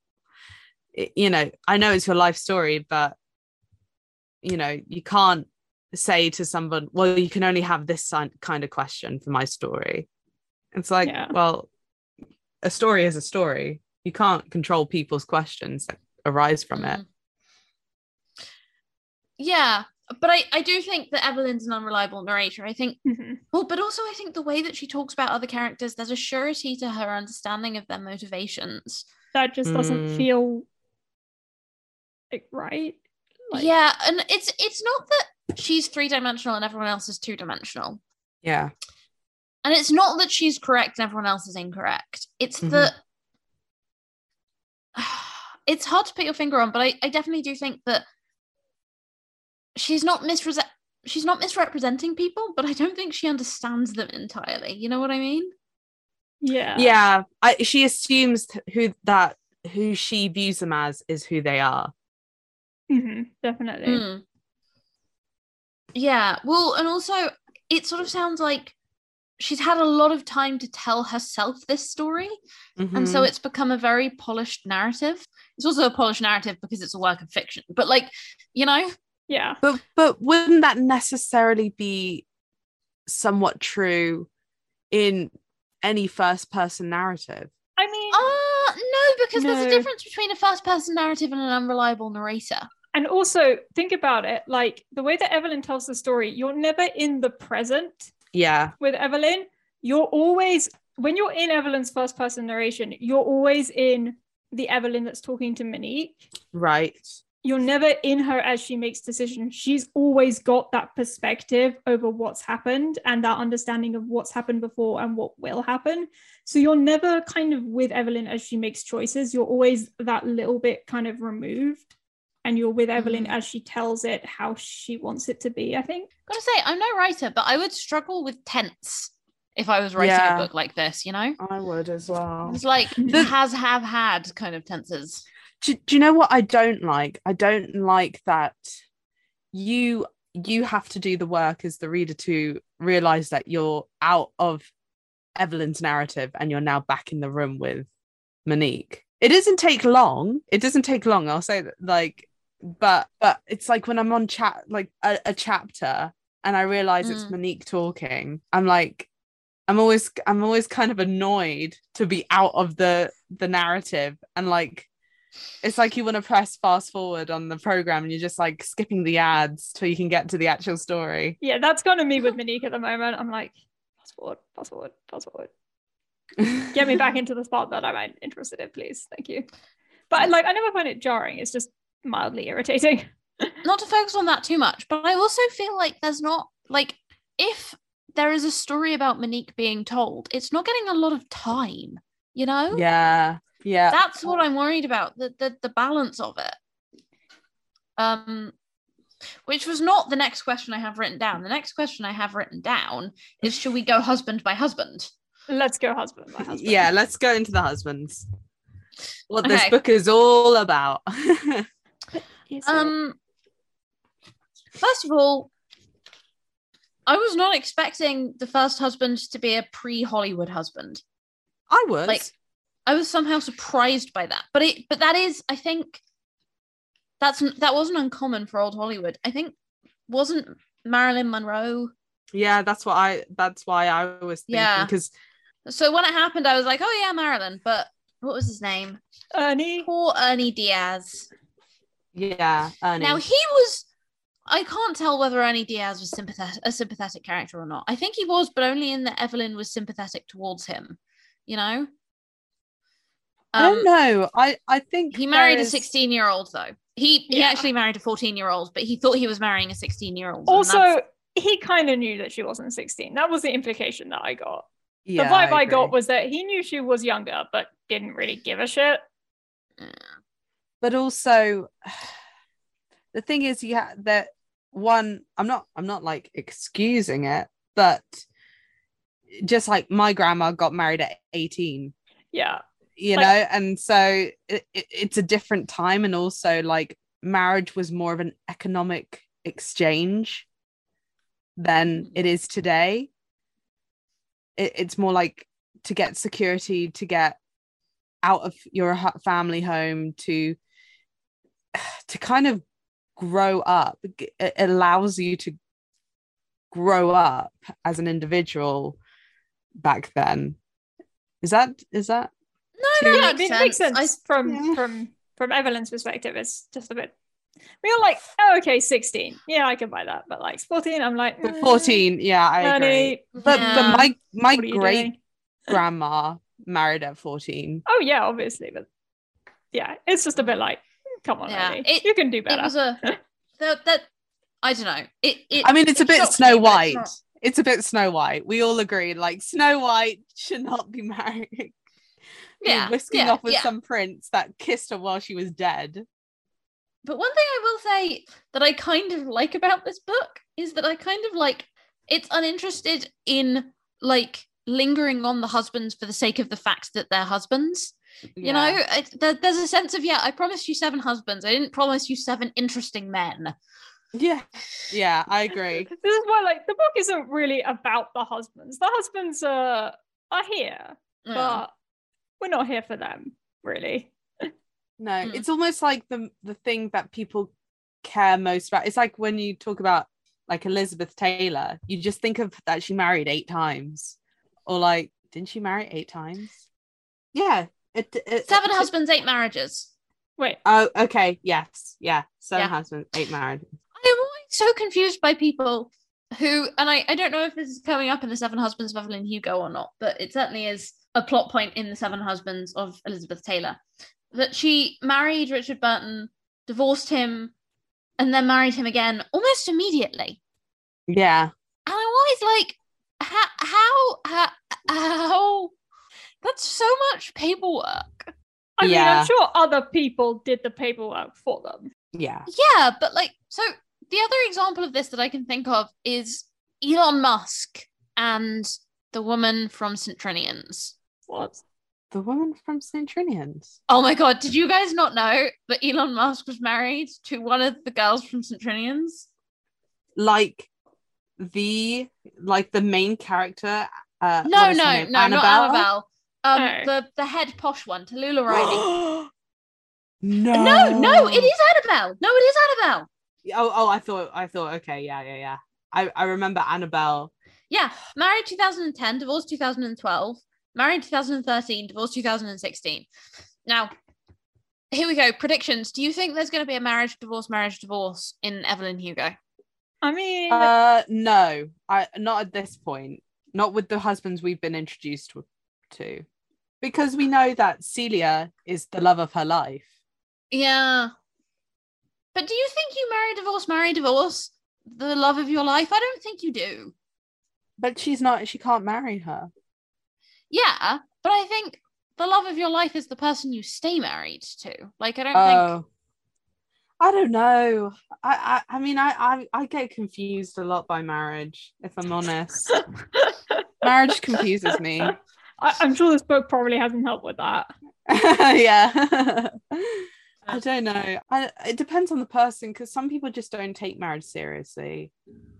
Speaker 2: i- you know, I know it's your life story, but, you know, you can't say to someone, well, you can only have this si- kind of question for my story. It's like,
Speaker 3: Yeah.
Speaker 2: well, a story is a story. You can't control people's questions that arise from it.
Speaker 3: Mm-hmm.
Speaker 1: Mm. Yeah, but I I do think that Evelyn's an unreliable narrator. I think
Speaker 3: Mhm.
Speaker 1: well, but also I think the way that she talks about other characters, there's a surety to her understanding of their motivations.
Speaker 3: that just doesn't
Speaker 2: Mm.
Speaker 3: feel like right. Like,
Speaker 1: yeah, and it's it's not that she's three dimensional and everyone else is two dimensional.
Speaker 2: Yeah.
Speaker 1: And it's not that she's correct and everyone else is incorrect. It's
Speaker 2: Mhm.
Speaker 1: that it's hard to put your finger on, but I, I definitely do think that she's not misre- she's not misrepresenting people, but I don't think she understands them entirely. You know what I mean?
Speaker 3: yeah,
Speaker 2: yeah I, she assumes th- who that who she views them as is who they are
Speaker 3: Mhm, definitely.
Speaker 1: Mm. Yeah. Well, and also it sort of sounds like she's had a lot of time to tell herself this story. and
Speaker 2: Hmm.
Speaker 1: so it's become a very polished narrative it's also a polished narrative because it's a work of fiction but like you know
Speaker 3: Yeah,
Speaker 2: but but wouldn't that necessarily be somewhat true in any first person narrative
Speaker 3: I mean,
Speaker 1: uh no because there's
Speaker 3: No.
Speaker 1: a difference between a first person narrative and an unreliable narrator
Speaker 3: and also think about it like the way that Evelyn tells the story, you're never in the present
Speaker 2: yeah
Speaker 3: with Evelyn. You're always when you're in Evelyn's first person narration, you're always in the Evelyn that's talking to Monique.
Speaker 2: right
Speaker 3: You're never in her as she makes decisions. She's always got that perspective over what's happened and that understanding of what's happened before and what will happen. So you're never kind of with Evelyn as she makes choices. You're always that little bit kind of removed. And you're with Evelyn
Speaker 1: Mhm.
Speaker 3: as she tells it how she wants it to be, I think.
Speaker 1: gotta say i'm no writer but i would struggle with tense if i was writing
Speaker 2: Yeah. Oh.
Speaker 1: a book like this you know
Speaker 2: i would as well
Speaker 1: it's like
Speaker 3: The-
Speaker 1: has have had kind of tenses
Speaker 2: do, do you know what i don't like i don't like that you you have to do the work as the reader to realize that you're out of evelyn's narrative and you're now back in the room with monique it doesn't take long it doesn't take long i'll say that like but but it's like when i'm on chat like a, a chapter and i realize it's
Speaker 1: Mm.
Speaker 2: monique talking i'm like i'm always i'm always kind of annoyed to be out of the the narrative and like it's like you want to press fast forward on the program and you're just like skipping the ads till you can get to the actual story
Speaker 3: Yeah, that's kind of me with Monique at the moment. I'm like, fast forward, fast forward, fast forward. Get me back into the spot that I'm interested in, please. Thank you. But like, I never find it jarring. It's just mildly irritating.
Speaker 1: not to focus on that too much, but I also feel like there's not like if there is a story about Monique being told, it's not getting a lot of time, you know?
Speaker 2: yeah yeah
Speaker 1: That's what I'm worried about, the the, the balance of it. Um which was not the next question I have written down. The next question I have written down is should we go husband by husband?
Speaker 3: Let's go, husband. My husband.
Speaker 2: yeah let's go into the husbands what this
Speaker 1: Okay.
Speaker 2: book is all about
Speaker 1: Um, first of all, I was not expecting the first husband to be a pre-Hollywood husband.
Speaker 2: i was
Speaker 1: like I was somehow surprised by that. But it but that is I think that's n- that wasn't uncommon for old Hollywood. I think wasn't Marilyn Monroe.
Speaker 2: yeah that's what i that's why i was thinking
Speaker 1: Yeah.
Speaker 2: because
Speaker 1: So when it happened I was like, "Oh yeah, Marilyn." But what was his name?
Speaker 3: Ernie.
Speaker 1: Poor Ernie Diaz.
Speaker 2: yeah, Ernie.
Speaker 1: Now he was I can't tell whether Ernie Diaz was sympathetic, a sympathetic character or not. I think he was, but only in that Evelyn was sympathetic towards him. You know,
Speaker 2: I
Speaker 1: Um,
Speaker 2: don't know. I I think
Speaker 1: he
Speaker 2: there
Speaker 1: married a
Speaker 2: is-
Speaker 1: 16 year old though. He he
Speaker 3: Yeah.
Speaker 1: actually married a 14 year old, but he thought he was marrying a 16 year old.
Speaker 3: Also, he kind of knew that she wasn't 16. That was the implication that I got. The
Speaker 2: Yeah,
Speaker 3: vibe I, got
Speaker 2: agree.
Speaker 3: was that he knew she was younger, but didn't really give a shit.
Speaker 2: but also the thing is you ha- that one i'm not i'm not like excusing it but just like my grandma got married at 18
Speaker 3: Yeah.
Speaker 2: you
Speaker 3: Like-
Speaker 2: know and so it, it, it's a different time and also like marriage was more of an economic exchange than it is today it, it's more like to get security to get out of your hu- family home to to kind of grow up G- it allows you to grow up as an individual back then is that is that
Speaker 1: no, no,
Speaker 3: yeah,
Speaker 1: no,
Speaker 3: it
Speaker 1: makes
Speaker 3: ma- makes sense,
Speaker 1: sense. I-
Speaker 3: from
Speaker 2: yeah.
Speaker 3: from from Evelyn's perspective. It's just a bit. We were like, oh, okay, sixteen. Yeah, I can buy that. But like fourteen, I'm like
Speaker 2: But
Speaker 3: mm,
Speaker 2: 14 yeah i agree
Speaker 3: 30,
Speaker 2: but,
Speaker 1: Yeah.
Speaker 2: but my my
Speaker 3: what are you
Speaker 2: great
Speaker 3: doing?
Speaker 2: grandma married at 14
Speaker 3: Oh yeah, obviously, but yeah, it's just a bit like, mm, come on,
Speaker 1: Yeah,
Speaker 3: Ellie,
Speaker 1: it-
Speaker 3: you can do better.
Speaker 1: it was a that, that I don't know. It, it
Speaker 2: i mean it's a
Speaker 1: it
Speaker 2: bit
Speaker 1: shocked me,
Speaker 2: snow
Speaker 1: but
Speaker 2: white
Speaker 1: it's
Speaker 2: it's, a bit snow white we all agree like snow white should not be married You're
Speaker 1: Yeah,
Speaker 2: whisking
Speaker 1: yeah,
Speaker 2: off with
Speaker 1: yeah.
Speaker 2: some prince that kissed her while she was dead
Speaker 1: But one thing I will say that I kind of like about this book is that I kind of like it's uninterested in like lingering on the husbands for the sake of the fact that they're husbands. You know, it, there, there's a sense of yeah, I promised you seven husbands. I didn't promise you seven interesting men.
Speaker 2: yeah yeah i agree
Speaker 3: this is why like the book isn't really about the husbands. The husbands are are here,
Speaker 1: Yeah.
Speaker 3: but we're not here for them really.
Speaker 2: no
Speaker 1: Mm.
Speaker 2: it's almost like the the thing that people care most about it's like when you talk about like elizabeth taylor you just think of that she married eight times or like didn't she marry eight times yeah it, it-
Speaker 1: seven
Speaker 2: it-
Speaker 1: husbands, eight marriages.
Speaker 3: Wait,
Speaker 2: oh okay yes yeah seven
Speaker 1: Yeah.
Speaker 2: husbands eight married
Speaker 1: I am always so confused by people who, and I, I don't know if this is coming up in The Seven Husbands of Evelyn Hugo or not, but it certainly is a plot point in The Seven Husbands of Elizabeth Taylor that she married Richard Burton, divorced him, and then married him again almost immediately.
Speaker 2: yeah
Speaker 1: And I'm always like, how, how, how, how? That's so much paperwork.
Speaker 3: I mean,
Speaker 2: Yeah.
Speaker 3: I'm sure other people did the paperwork for them.
Speaker 2: yeah
Speaker 1: Yeah, but like, so the other example of this that I can think of is Elon Musk and the woman from St. Trinian's.
Speaker 3: What?
Speaker 2: the woman from st trinian's
Speaker 1: Oh my God, did you guys not know that Elon Musk was married to one of the girls from St. Trinian's?
Speaker 2: like the like the main character uh
Speaker 1: No,
Speaker 2: what is her
Speaker 1: no,
Speaker 2: name?
Speaker 1: no, not Annabelle. Um,
Speaker 3: No.
Speaker 1: the, the head posh one, Tallulah Riley.
Speaker 2: no
Speaker 1: no, no, it is Annabelle. No, it is Annabelle.
Speaker 2: Oh, oh, I thought, I thought, okay, yeah, yeah, yeah. I, I remember Annabelle.
Speaker 1: Yeah, married 2010, divorced 2012, married 2013, divorced 2016. Now, here we go. Predictions. Do you think there's going to be a marriage, divorce, marriage, divorce in Evelyn Hugo?
Speaker 3: I mean,
Speaker 2: Uh, no, I not at this point. Not with the husbands we've been introduced w- to, because we know that Celia is the love of her life.
Speaker 1: Yeah. But do you think you marry, divorce, marry, divorce, the love of your life? I don't think you do.
Speaker 2: But she's not. She can't marry her.
Speaker 1: Yeah, but I think the love of your life is the person you stay married to. Like, I don't think.
Speaker 2: Oh, I don't know. I, I, I mean, I, I, I get confused a lot by marriage. If I'm honest, marriage confuses me.
Speaker 3: I- I'm sure this book probably hasn't helped with that.
Speaker 2: yeah. I don't know. I, it depends on the person because some people just don't take marriage seriously.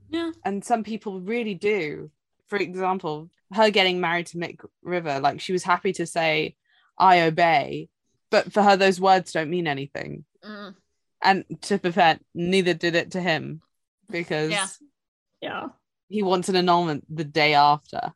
Speaker 1: Yeah.
Speaker 2: And some people really do. For example, her getting married to Mick River, like she was happy to say, I obey. But for her, those words don't mean anything.
Speaker 1: Mm.
Speaker 2: And to be fair, neither did it to him because
Speaker 1: Yeah.
Speaker 3: Yeah.
Speaker 2: he wants an annulment the day after.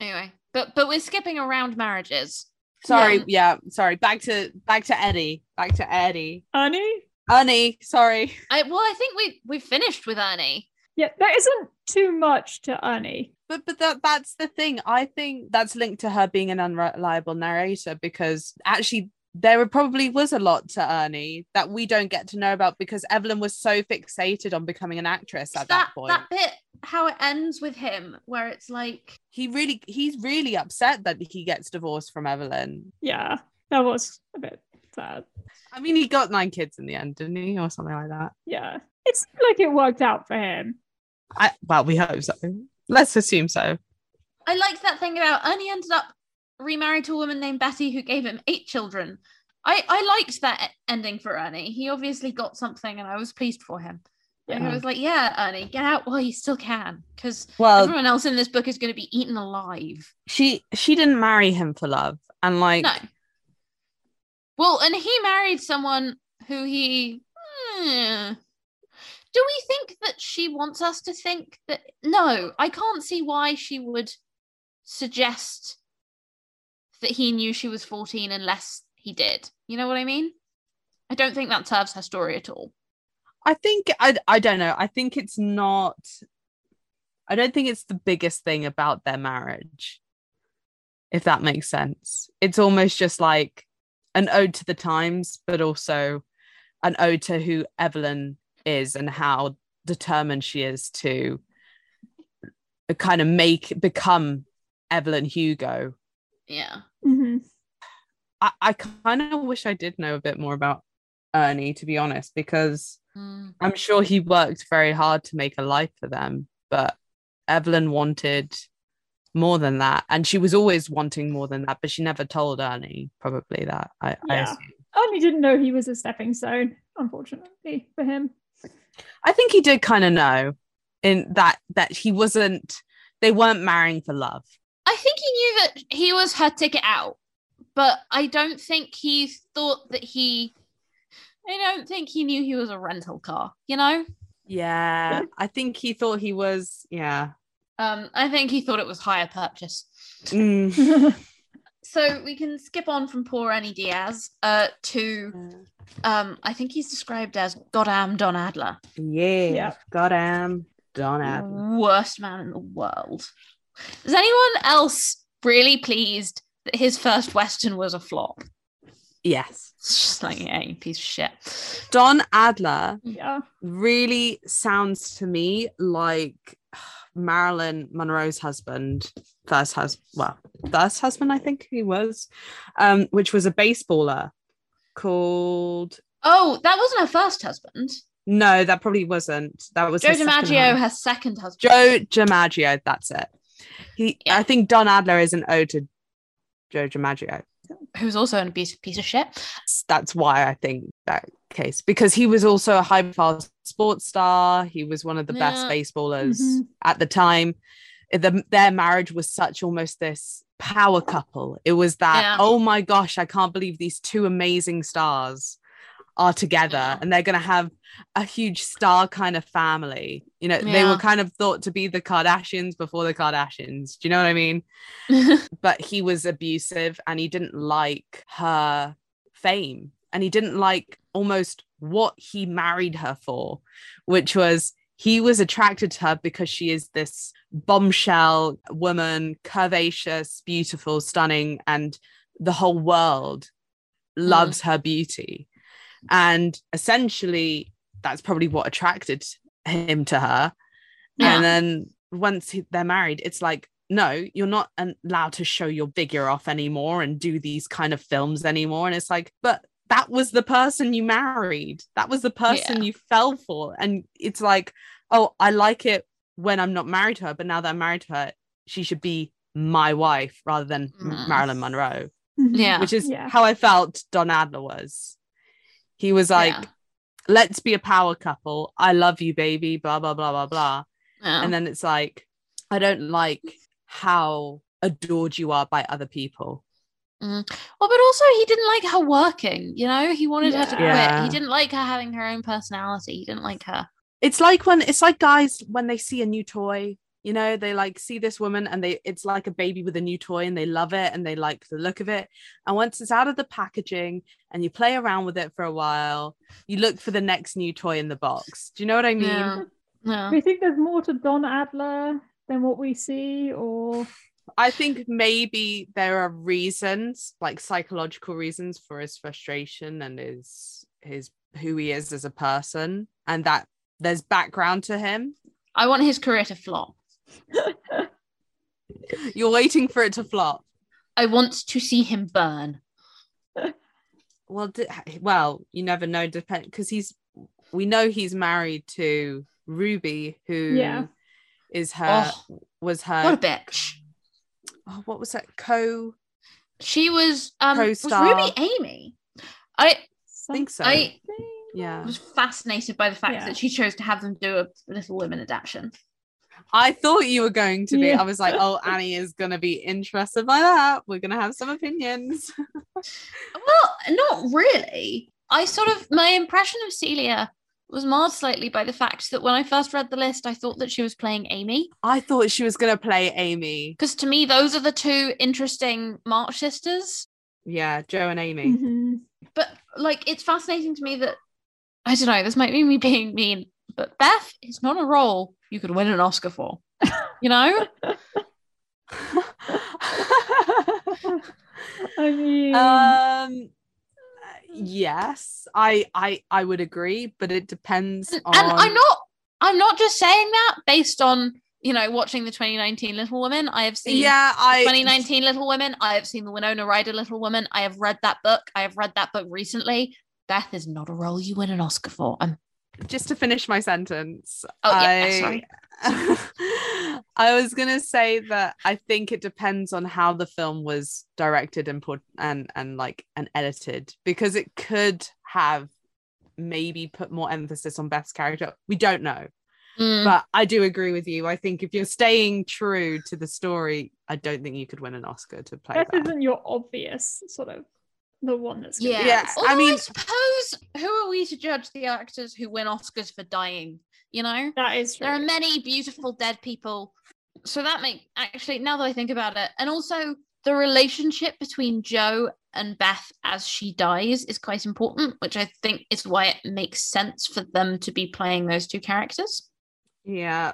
Speaker 1: Anyway, but but we're skipping around marriages.
Speaker 2: Sorry.
Speaker 1: Yeah.
Speaker 2: yeah sorry. Back to back to Eddie. Back to Eddie.
Speaker 3: Ernie?
Speaker 2: Ernie, sorry.
Speaker 1: I, well, I think we we finished with Ernie.
Speaker 3: Yeah, that isn't too much to Ernie.
Speaker 2: But but that that's the thing. I think that's linked to her being an unreliable narrator because actually there probably was a lot to Ernie that we don't get to know about because Evelyn was so fixated on becoming an actress at that, point.
Speaker 1: that bit how it ends with him, where it's like
Speaker 2: He really he's really upset that he gets divorced from Evelyn.
Speaker 3: Yeah, that was a bit sad.
Speaker 2: I mean, he got nine kids in the end, didn't he, or something like that?
Speaker 3: Yeah, it seemed like it worked out for him.
Speaker 2: I, well, we hope so. Let's assume so.
Speaker 1: I liked that thing about Ernie ended up remarried to a woman named Betty who gave him eight children. I, I liked that e- ending for Ernie. He obviously got something and I was pleased for him. And I
Speaker 2: Yeah.
Speaker 1: was like, yeah, Ernie, get out while you still can, because
Speaker 2: Well,
Speaker 1: everyone else in this book is going to be eaten alive.
Speaker 2: she she didn't marry him for love, and like
Speaker 1: No. Well, and he married someone who he. Hmm. Do we think that she wants us to think that? No, I can't see why she would suggest that he knew she was 14 unless he did. You know what I mean? I don't think that serves her story at all.
Speaker 2: I think I I don't know. I think it's not I don't think it's the biggest thing about their marriage. If that makes sense. It's almost just like an ode to the times but also an ode to who Evelyn is and how determined she is to kind of make become Evelyn Hugo.
Speaker 1: Yeah.
Speaker 3: hmm
Speaker 2: I, I kind of wish I did know a bit more about Ernie to be honest because
Speaker 1: Mm.
Speaker 2: I'm sure he worked very hard to make a life for them, but Evelyn wanted more than that. And she was always wanting more than that, but she never told Ernie probably that. I, I,
Speaker 3: Yeah.
Speaker 2: assume.
Speaker 3: Ernie didn't know he was a stepping stone, unfortunately for him.
Speaker 2: I think he did kind of know in that that he wasn't they weren't marrying for love.
Speaker 1: I think he knew that he was her ticket out, but I don't think he thought that he. I don't think he knew he was a rental car, you know?
Speaker 2: Yeah. I think he thought he was yeah.
Speaker 1: Um, I think he thought it was higher purchase.
Speaker 2: Mm.
Speaker 1: So we can skip on from poor Annie Diaz uh, to, um, I think he's described as Goddamn Don Adler,
Speaker 2: Yeah.
Speaker 3: Yeah.
Speaker 2: God am Don Adam.
Speaker 1: worst man in the world. Is anyone else really pleased that his first Western was a flop?
Speaker 2: Yes.
Speaker 1: It's just like, yeah, you piece of shit.
Speaker 2: Don Adler
Speaker 3: yeah,
Speaker 2: really sounds to me like Marilyn Monroe's husband, first husband, well, first husband, I think he was, um, which was a baseballer called.
Speaker 1: Oh, that wasn't her first husband.
Speaker 2: No, that probably wasn't. That was
Speaker 1: Joe
Speaker 2: her second
Speaker 1: DiMaggio,
Speaker 2: husband.
Speaker 1: her second husband.
Speaker 2: Joe DiMaggio. That's it. He.
Speaker 1: Yeah.
Speaker 2: I think Don Adler is an ode to Joe DiMaggio.
Speaker 1: who's also an abusive piece of shit.
Speaker 2: That's why I think that case because he was also a high-profile sports star. He was one of the best
Speaker 1: Yeah. Mm-hmm.
Speaker 2: baseballers
Speaker 3: Mhm.
Speaker 2: at the time the, their marriage was such almost this power couple it was that
Speaker 1: Yeah.
Speaker 2: oh my gosh i can't believe these two amazing stars are together
Speaker 1: Yeah.
Speaker 2: and they're going to have a huge star kind of family you know they were
Speaker 1: Yeah.
Speaker 2: kind of thought to be the kardashians before the kardashians do you know what i mean but he was abusive and he didn't like her fame and he didn't like almost what he married her for which was he was attracted to her because she is this bombshell woman curvaceous beautiful stunning and the whole world loves her beauty and essentially that's probably what attracted him to her
Speaker 1: Yeah.
Speaker 2: and then once he- they're married, it's like, no, you're not an- allowed to show your figure off anymore and do these kind of films anymore. And it's like, but that was the person you married. That was the person you fell for. And it's like, oh, I like it when I'm not married to her, but now that I'm married to her, she should be my wife rather than M-
Speaker 1: Mm.
Speaker 2: Marilyn Monroe,
Speaker 3: Mhm.
Speaker 1: Yeah.
Speaker 2: which is
Speaker 3: Yeah.
Speaker 2: how I felt Don Adler was. He was like,
Speaker 1: Yeah.
Speaker 2: let's be a power couple. I love you, baby, blah, blah, blah, blah, blah
Speaker 1: Yeah.
Speaker 2: and then it's like i don't like how adored you are by other people
Speaker 1: Well, but also he didn't like her working. You know, he wanted her to quit.
Speaker 2: Yeah.
Speaker 1: He didn't like her having her own personality. He didn't like her.
Speaker 2: it's like when it's like guys when they see a new toy you know they like see this woman and they it's like a baby with a new toy and they love it and they like the look of it and once it's out of the packaging and you play around with it for a while you look for the next new toy in the box do you know what i mean
Speaker 1: Yeah.
Speaker 3: Do
Speaker 1: Yeah.
Speaker 3: you think there's more to Don Adler than what we see, or
Speaker 2: i think maybe there are reasons like psychological reasons for his frustration and his his who he is as a person and that there's background to him
Speaker 1: I want his career to flop.
Speaker 2: you're waiting for it to flop
Speaker 1: I want to see him burn.
Speaker 2: well d- well you never know depend because he's we know he's married to ruby who is
Speaker 3: Yeah.
Speaker 2: her
Speaker 1: oh,
Speaker 2: was
Speaker 1: what a
Speaker 2: her
Speaker 1: bitch.
Speaker 2: oh, what was that co
Speaker 1: She was um was
Speaker 2: Co-star.
Speaker 1: Ruby Amy. I
Speaker 2: i think so
Speaker 1: I
Speaker 2: yeah
Speaker 1: was fascinated by the fact
Speaker 3: Yeah.
Speaker 1: that she chose to have them do a Little Women adaptation.
Speaker 2: i thought you were going to be
Speaker 3: Yeah.
Speaker 2: i was like oh annie is gonna be interested by that we're gonna have some opinions
Speaker 1: Well, not really. I sort of my impression of Celia was marred slightly by the fact that when I first read the list, I thought that she was playing Amy
Speaker 2: i thought she was gonna play amy
Speaker 1: because to me those are the two interesting March sisters.
Speaker 2: yeah joe and amy
Speaker 3: Mhm.
Speaker 1: But like, it's fascinating to me that I don't know. This might be me being mean, but Beth is not a role you could win an Oscar for. You know. Mm-hmm.
Speaker 3: I
Speaker 1: Mm.
Speaker 3: mean,
Speaker 2: um yes i i i would agree but it depends
Speaker 1: and
Speaker 2: on
Speaker 1: I'm not I'm not just saying that based on you know watching the 2019 Little Women. I have seen
Speaker 2: yeah i
Speaker 1: 2019 Little Women. I have seen the Winona Ryder Little Woman. I have read that book. I have read that book recently. Beth is not a role you win an Oscar for. I'm
Speaker 2: just to finish my sentence
Speaker 1: oh yeah,
Speaker 2: I-
Speaker 1: sorry.
Speaker 2: I was gonna say that I think it depends on how the film was directed and put and and like and edited because it could have maybe put more emphasis on Beth's character. We don't know,
Speaker 3: Mm-hmm.
Speaker 1: Mm,
Speaker 2: but I do agree with you. I think if you're staying true to the story, I don't think you could win an Oscar to play
Speaker 3: Beth
Speaker 2: that.
Speaker 3: isn't your obvious sort of the one that's gonna
Speaker 1: yeah.
Speaker 3: be-
Speaker 2: yeah, I
Speaker 1: Although I
Speaker 2: mean-
Speaker 1: suppose who are we to judge the actors who win Oscars for dying? You know,
Speaker 3: that is true.
Speaker 1: there are many beautiful dead people. So that make actually now that I think about it, and also the relationship between Joe and Beth as she dies is quite important, which I think is why it makes sense for them to be playing those two characters.
Speaker 2: Yeah,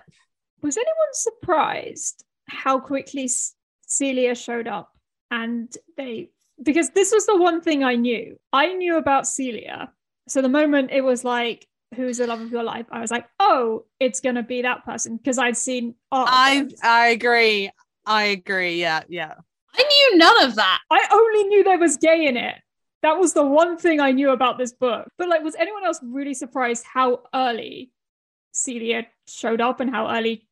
Speaker 3: Was anyone surprised how quickly S- Celia showed up and they because this was the one thing I knew. I knew about Celia. So the moment it was like who's the love of your life, I was like, "Oh, it's going to be that person" because I'd seen
Speaker 2: I
Speaker 3: artworks. I
Speaker 2: I agree. I agree. Yeah, yeah.
Speaker 1: I knew none of that.
Speaker 3: I only knew there was gay in it. That was the one thing I knew about this book. But like was anyone else really surprised how early Celia showed up and how early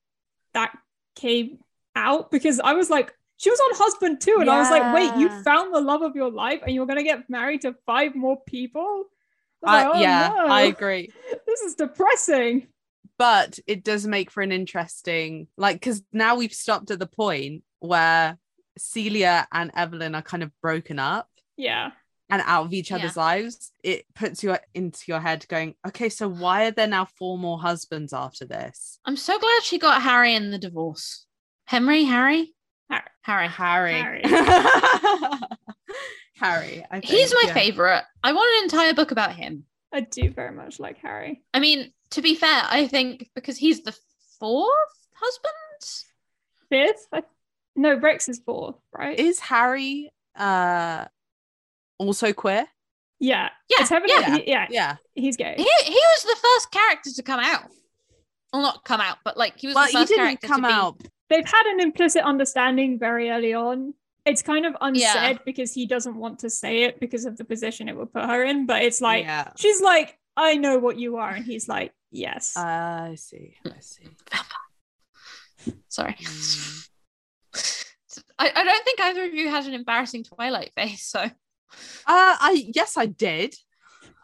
Speaker 3: that came out because I was like, she was on husband too. And I was like, wait, you
Speaker 2: Yeah.
Speaker 3: found the love of your life and you're going to get married to five more people?
Speaker 2: I,
Speaker 3: I was like, "Oh,
Speaker 2: Uh, yeah,
Speaker 3: no.
Speaker 2: I agree.
Speaker 3: This is depressing.
Speaker 2: but it does make for an interesting like because now we've stopped at the point where celia and evelyn are kind of broken up
Speaker 3: Yeah.
Speaker 2: and out of each other's lives it puts you into your head going okay so why are there now four more husbands after this
Speaker 1: I'm so glad she got Harry in the divorce. Henry, Harry,
Speaker 3: Har-
Speaker 1: Harry.
Speaker 2: harry
Speaker 3: Harry.
Speaker 2: Harry, I think,
Speaker 1: He's my
Speaker 2: yeah.
Speaker 1: favorite. I want an entire book about him.
Speaker 3: I do very much like Harry.
Speaker 1: I mean, to be fair, I think because he's the fourth husband.
Speaker 3: Fifth? I- no, Rex is fourth, right?
Speaker 2: is harry uh also queer
Speaker 3: yeah.
Speaker 1: Yeah,
Speaker 3: It's heaven.
Speaker 2: yeah.
Speaker 3: Yeah. yeah.
Speaker 2: yeah
Speaker 3: He's gay.
Speaker 1: he he was the first character to come out. Well, not come out, but like he was
Speaker 2: well
Speaker 1: the
Speaker 2: he
Speaker 1: first
Speaker 2: didn't
Speaker 1: character
Speaker 2: come
Speaker 1: to be,
Speaker 2: out
Speaker 3: They've had an implicit understanding very early on. It's kind of unsaid because he doesn't want to say it because of the position it would put her in, but it's like,
Speaker 2: yeah
Speaker 3: She's like, I know what you are. And he's like, Yes.
Speaker 2: Uh, i see i see
Speaker 1: Sorry,
Speaker 2: Mm.
Speaker 1: I, I don't think either of you had an embarrassing Twilight face. So,
Speaker 2: Uh, I yes, I did.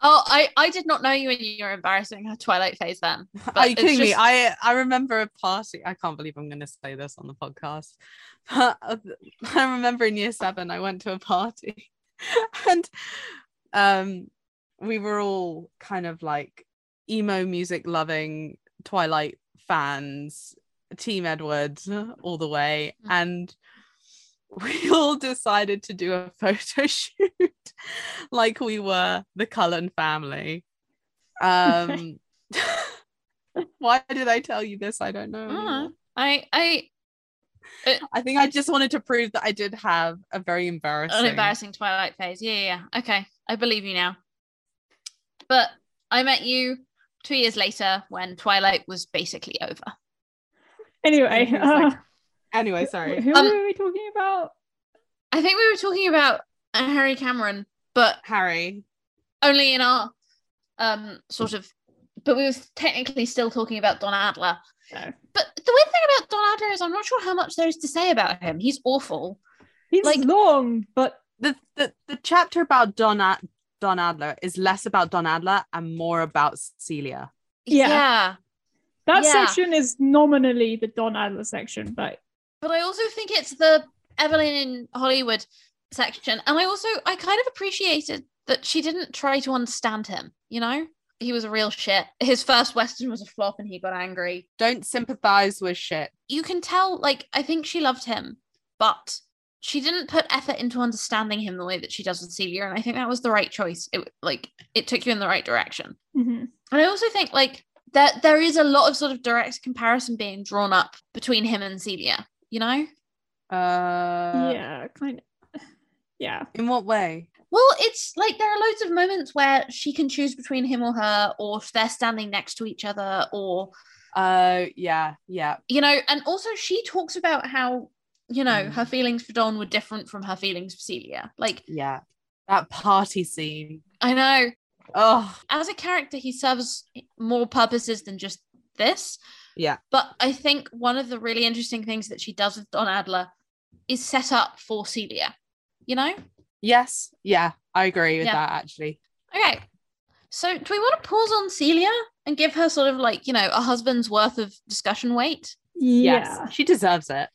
Speaker 1: oh, I I did not know you in your embarrassing Twilight phase then. But
Speaker 2: Are you
Speaker 1: it's
Speaker 2: kidding me?
Speaker 1: just-
Speaker 2: I I remember a party. I can't believe I'm going to say this on the podcast. But uh, I remember in year seven, I went to a party, and um, we were all kind of like emo music loving Twilight fans Team Edward all the way.
Speaker 1: Mm-hmm.
Speaker 2: And we all decided to do a photo shoot like we were the Cullen family. Um, why did I tell you this? I don't know.
Speaker 1: Ah,
Speaker 2: anymore.
Speaker 1: I, I,
Speaker 2: I think I just wanted to prove that I did have a very embarrassing.
Speaker 1: an embarrassing twilight phase yeah, yeah yeah okay i believe you now but i met you two years later when twilight was basically over
Speaker 3: Anyway,
Speaker 2: It's
Speaker 3: uh,
Speaker 2: like- Anyway, sorry.
Speaker 3: who
Speaker 1: Um,
Speaker 3: were we talking about?
Speaker 1: i think we were talking about uh, harry cameron but
Speaker 2: Harry.
Speaker 1: only in our um sort of but we were technically still talking about don adler
Speaker 3: No.
Speaker 1: but the weird thing about don adler is i'm not sure how much there is to say about him he's awful
Speaker 3: He's
Speaker 1: like-
Speaker 3: long, but
Speaker 2: The, the the chapter about Don Ad- Don Adler is less about Don Adler and more about Celia.
Speaker 3: Yeah. that
Speaker 1: Yeah.
Speaker 3: section is nominally the Don Adler section, but
Speaker 1: but I also think it's the Evelyn in Hollywood section. And I also I kind of appreciated that she didn't try to understand him, you know? He was a real shit. His first Western was a flop and he got angry.
Speaker 2: Don't sympathize with shit.
Speaker 1: You can tell, like, I think she loved him, but she didn't put effort into understanding him the way that she does with Celia. And I think that was the right choice. It like it took you in the right direction.
Speaker 3: mhm.
Speaker 1: And I also think like that there is a lot of sort of direct comparison being drawn up between him and Celia, you know?
Speaker 2: Uh,
Speaker 3: yeah, kind of. Yeah.
Speaker 2: In what way?
Speaker 1: Well, it's like there are loads of moments where she can choose between him or her, or if they're standing next to each other, or
Speaker 2: Uh, yeah, yeah.
Speaker 1: you know, and also she talks about how you know
Speaker 2: Mm.
Speaker 1: her feelings for Don were different from her feelings for Celia. Like,
Speaker 2: Yeah. That party scene.
Speaker 1: I know
Speaker 2: Oh,
Speaker 1: as a character, he serves more purposes than just this.
Speaker 2: Yeah.
Speaker 1: But I think one of the really interesting things that she does with Don Adler is set up for Celia, you know?
Speaker 2: yes. Yeah, I agree with
Speaker 1: Yeah.
Speaker 2: that actually.
Speaker 1: Okay. So do we want to pause on Celia and give her sort of like, you know, a husband's worth of discussion weight?
Speaker 3: Yeah.
Speaker 2: Yes. She deserves it.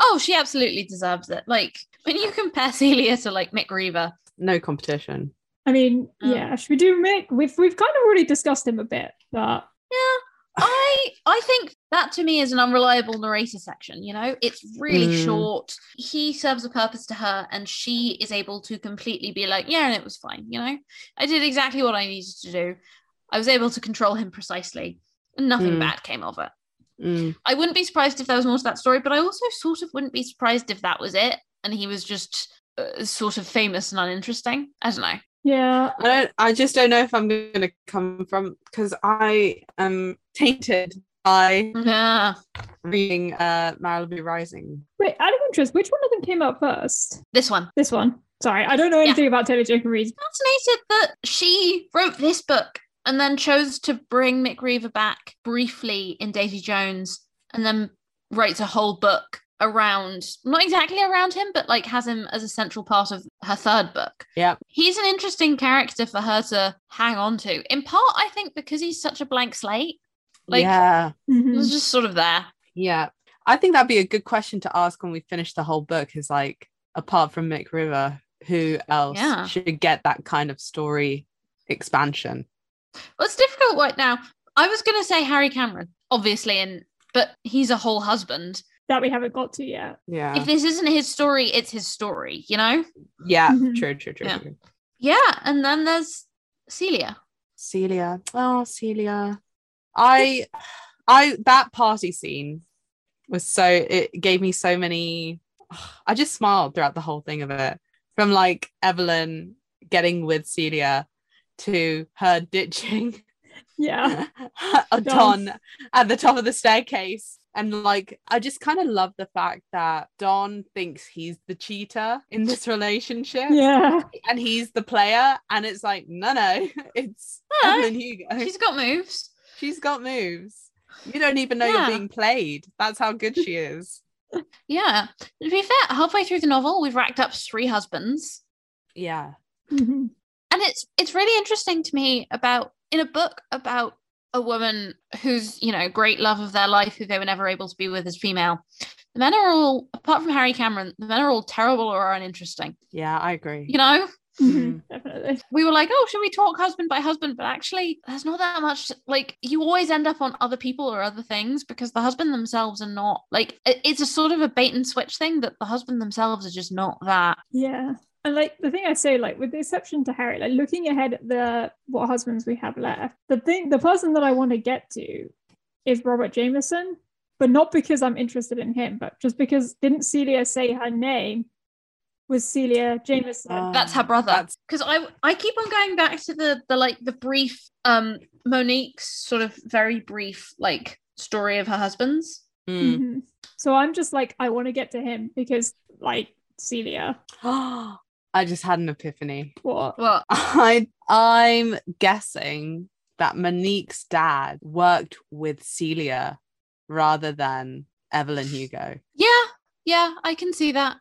Speaker 1: Oh, she absolutely deserves it. Like when you compare Celia to like Mick Reaver.
Speaker 2: No competition.
Speaker 3: I mean,
Speaker 1: Um,
Speaker 3: yeah, should we do Mick? We've we've kind of already discussed him a bit, but
Speaker 1: Yeah. I I think that to me is an unreliable narrator section, you know? It's really
Speaker 2: Mm.
Speaker 1: short. He serves a purpose to her and she is able to completely be like, yeah, and it was fine, you know? I did exactly what I needed to do. I was able to control him precisely. And nothing
Speaker 2: Mm.
Speaker 1: bad came of it.
Speaker 2: Mm.
Speaker 1: I wouldn't be surprised if there was more to that story, but I also sort of wouldn't be surprised if that was it and he was just uh, sort of famous and uninteresting. I don't know.
Speaker 3: yeah,
Speaker 2: I don't I just don't know if I'm gonna come from because I am tainted by
Speaker 1: Yeah.
Speaker 2: reading uh Malibu Rising.
Speaker 3: Wait, out of interest, which one of them came out first?
Speaker 1: This one.
Speaker 3: This one. Sorry, I don't know
Speaker 1: Yeah.
Speaker 3: anything about Taylor Jenkins Reid.
Speaker 1: Fascinated that she wrote this book and then chose to bring Mick Reaver back briefly in Davy Jones and then writes a whole book around, not exactly around him, but like has him as a central part of her third book.
Speaker 2: Yep.
Speaker 1: He's an interesting character for her to hang on to, in part, I think, because he's such a blank slate. Like-
Speaker 2: yeah,
Speaker 1: It was just sort of there.
Speaker 2: yeah. I think that'd be a good question to ask when we finish the whole book is like apart from Mick River, who else
Speaker 1: Yeah.
Speaker 2: should get that kind of story expansion?
Speaker 1: Well, it's difficult right now. I was going to say Harry Cameron, obviously, and but he's a whole husband.
Speaker 3: That we haven't got to yet.
Speaker 2: Yeah.
Speaker 1: If this isn't his story, it's his story, you know?
Speaker 2: yeah,
Speaker 3: Mhm.
Speaker 2: true, true, true,
Speaker 1: Mm-hmm. Yeah.
Speaker 2: true.
Speaker 1: Yeah. And then there's Celia.
Speaker 2: Celia. Oh, Celia. I I that party scene was so it gave me so many I just smiled throughout the whole thing of it. From like Evelyn getting with Celia to her ditching
Speaker 3: Yeah.
Speaker 2: a Don at the top of the staircase. And like I just kind of love the fact that Don thinks he's the cheater in this relationship
Speaker 3: Yeah.
Speaker 2: and he's the player, and it's like, no, no, it's
Speaker 1: No.
Speaker 2: Evelyn Hugo.
Speaker 1: She's got moves.
Speaker 2: she's got moves. You don't even know
Speaker 1: Yeah.
Speaker 2: you're being played. That's how good she is.
Speaker 1: Yeah. To be fair, halfway through the novel, we've racked up three husbands.
Speaker 2: Yeah.
Speaker 3: Mhm.
Speaker 1: And it's it's really interesting to me about in a book about a woman whose, you know, great love of their life who they were never able to be with is female. The men are all, apart from Harry Cameron, the men are all terrible or uninteresting.
Speaker 2: Yeah, I agree.
Speaker 1: you know
Speaker 3: Mhm, Definitely.
Speaker 1: we were like, oh, should we talk husband by husband? But actually, there's not that much. Like, you always end up on other people or other things because the husband themselves are not like it- it's a sort of a bait and switch thing that the husband themselves are just not that.
Speaker 3: Yeah. And like the thing I say, like with the exception to Harry, like looking ahead at the what husbands we have left, the thing the person that I want to get to is Robert Jameson, but not because I'm interested in him, but just because didn't Celia say her name was Celia Jameson?
Speaker 1: That's
Speaker 2: Ah.
Speaker 1: her brother.
Speaker 2: That's-
Speaker 1: Because I I keep on going back to the the like the brief um Monique's sort of very brief like story of her husband's.
Speaker 2: Mm.
Speaker 3: Mhm. So I'm just like, I want to get to him because like Celia,
Speaker 2: I just had an epiphany.
Speaker 3: what?
Speaker 1: Well,
Speaker 2: I I'm guessing that Monique's dad worked with Celia rather than Evelyn Hugo.
Speaker 1: yeah, yeah, I can see that.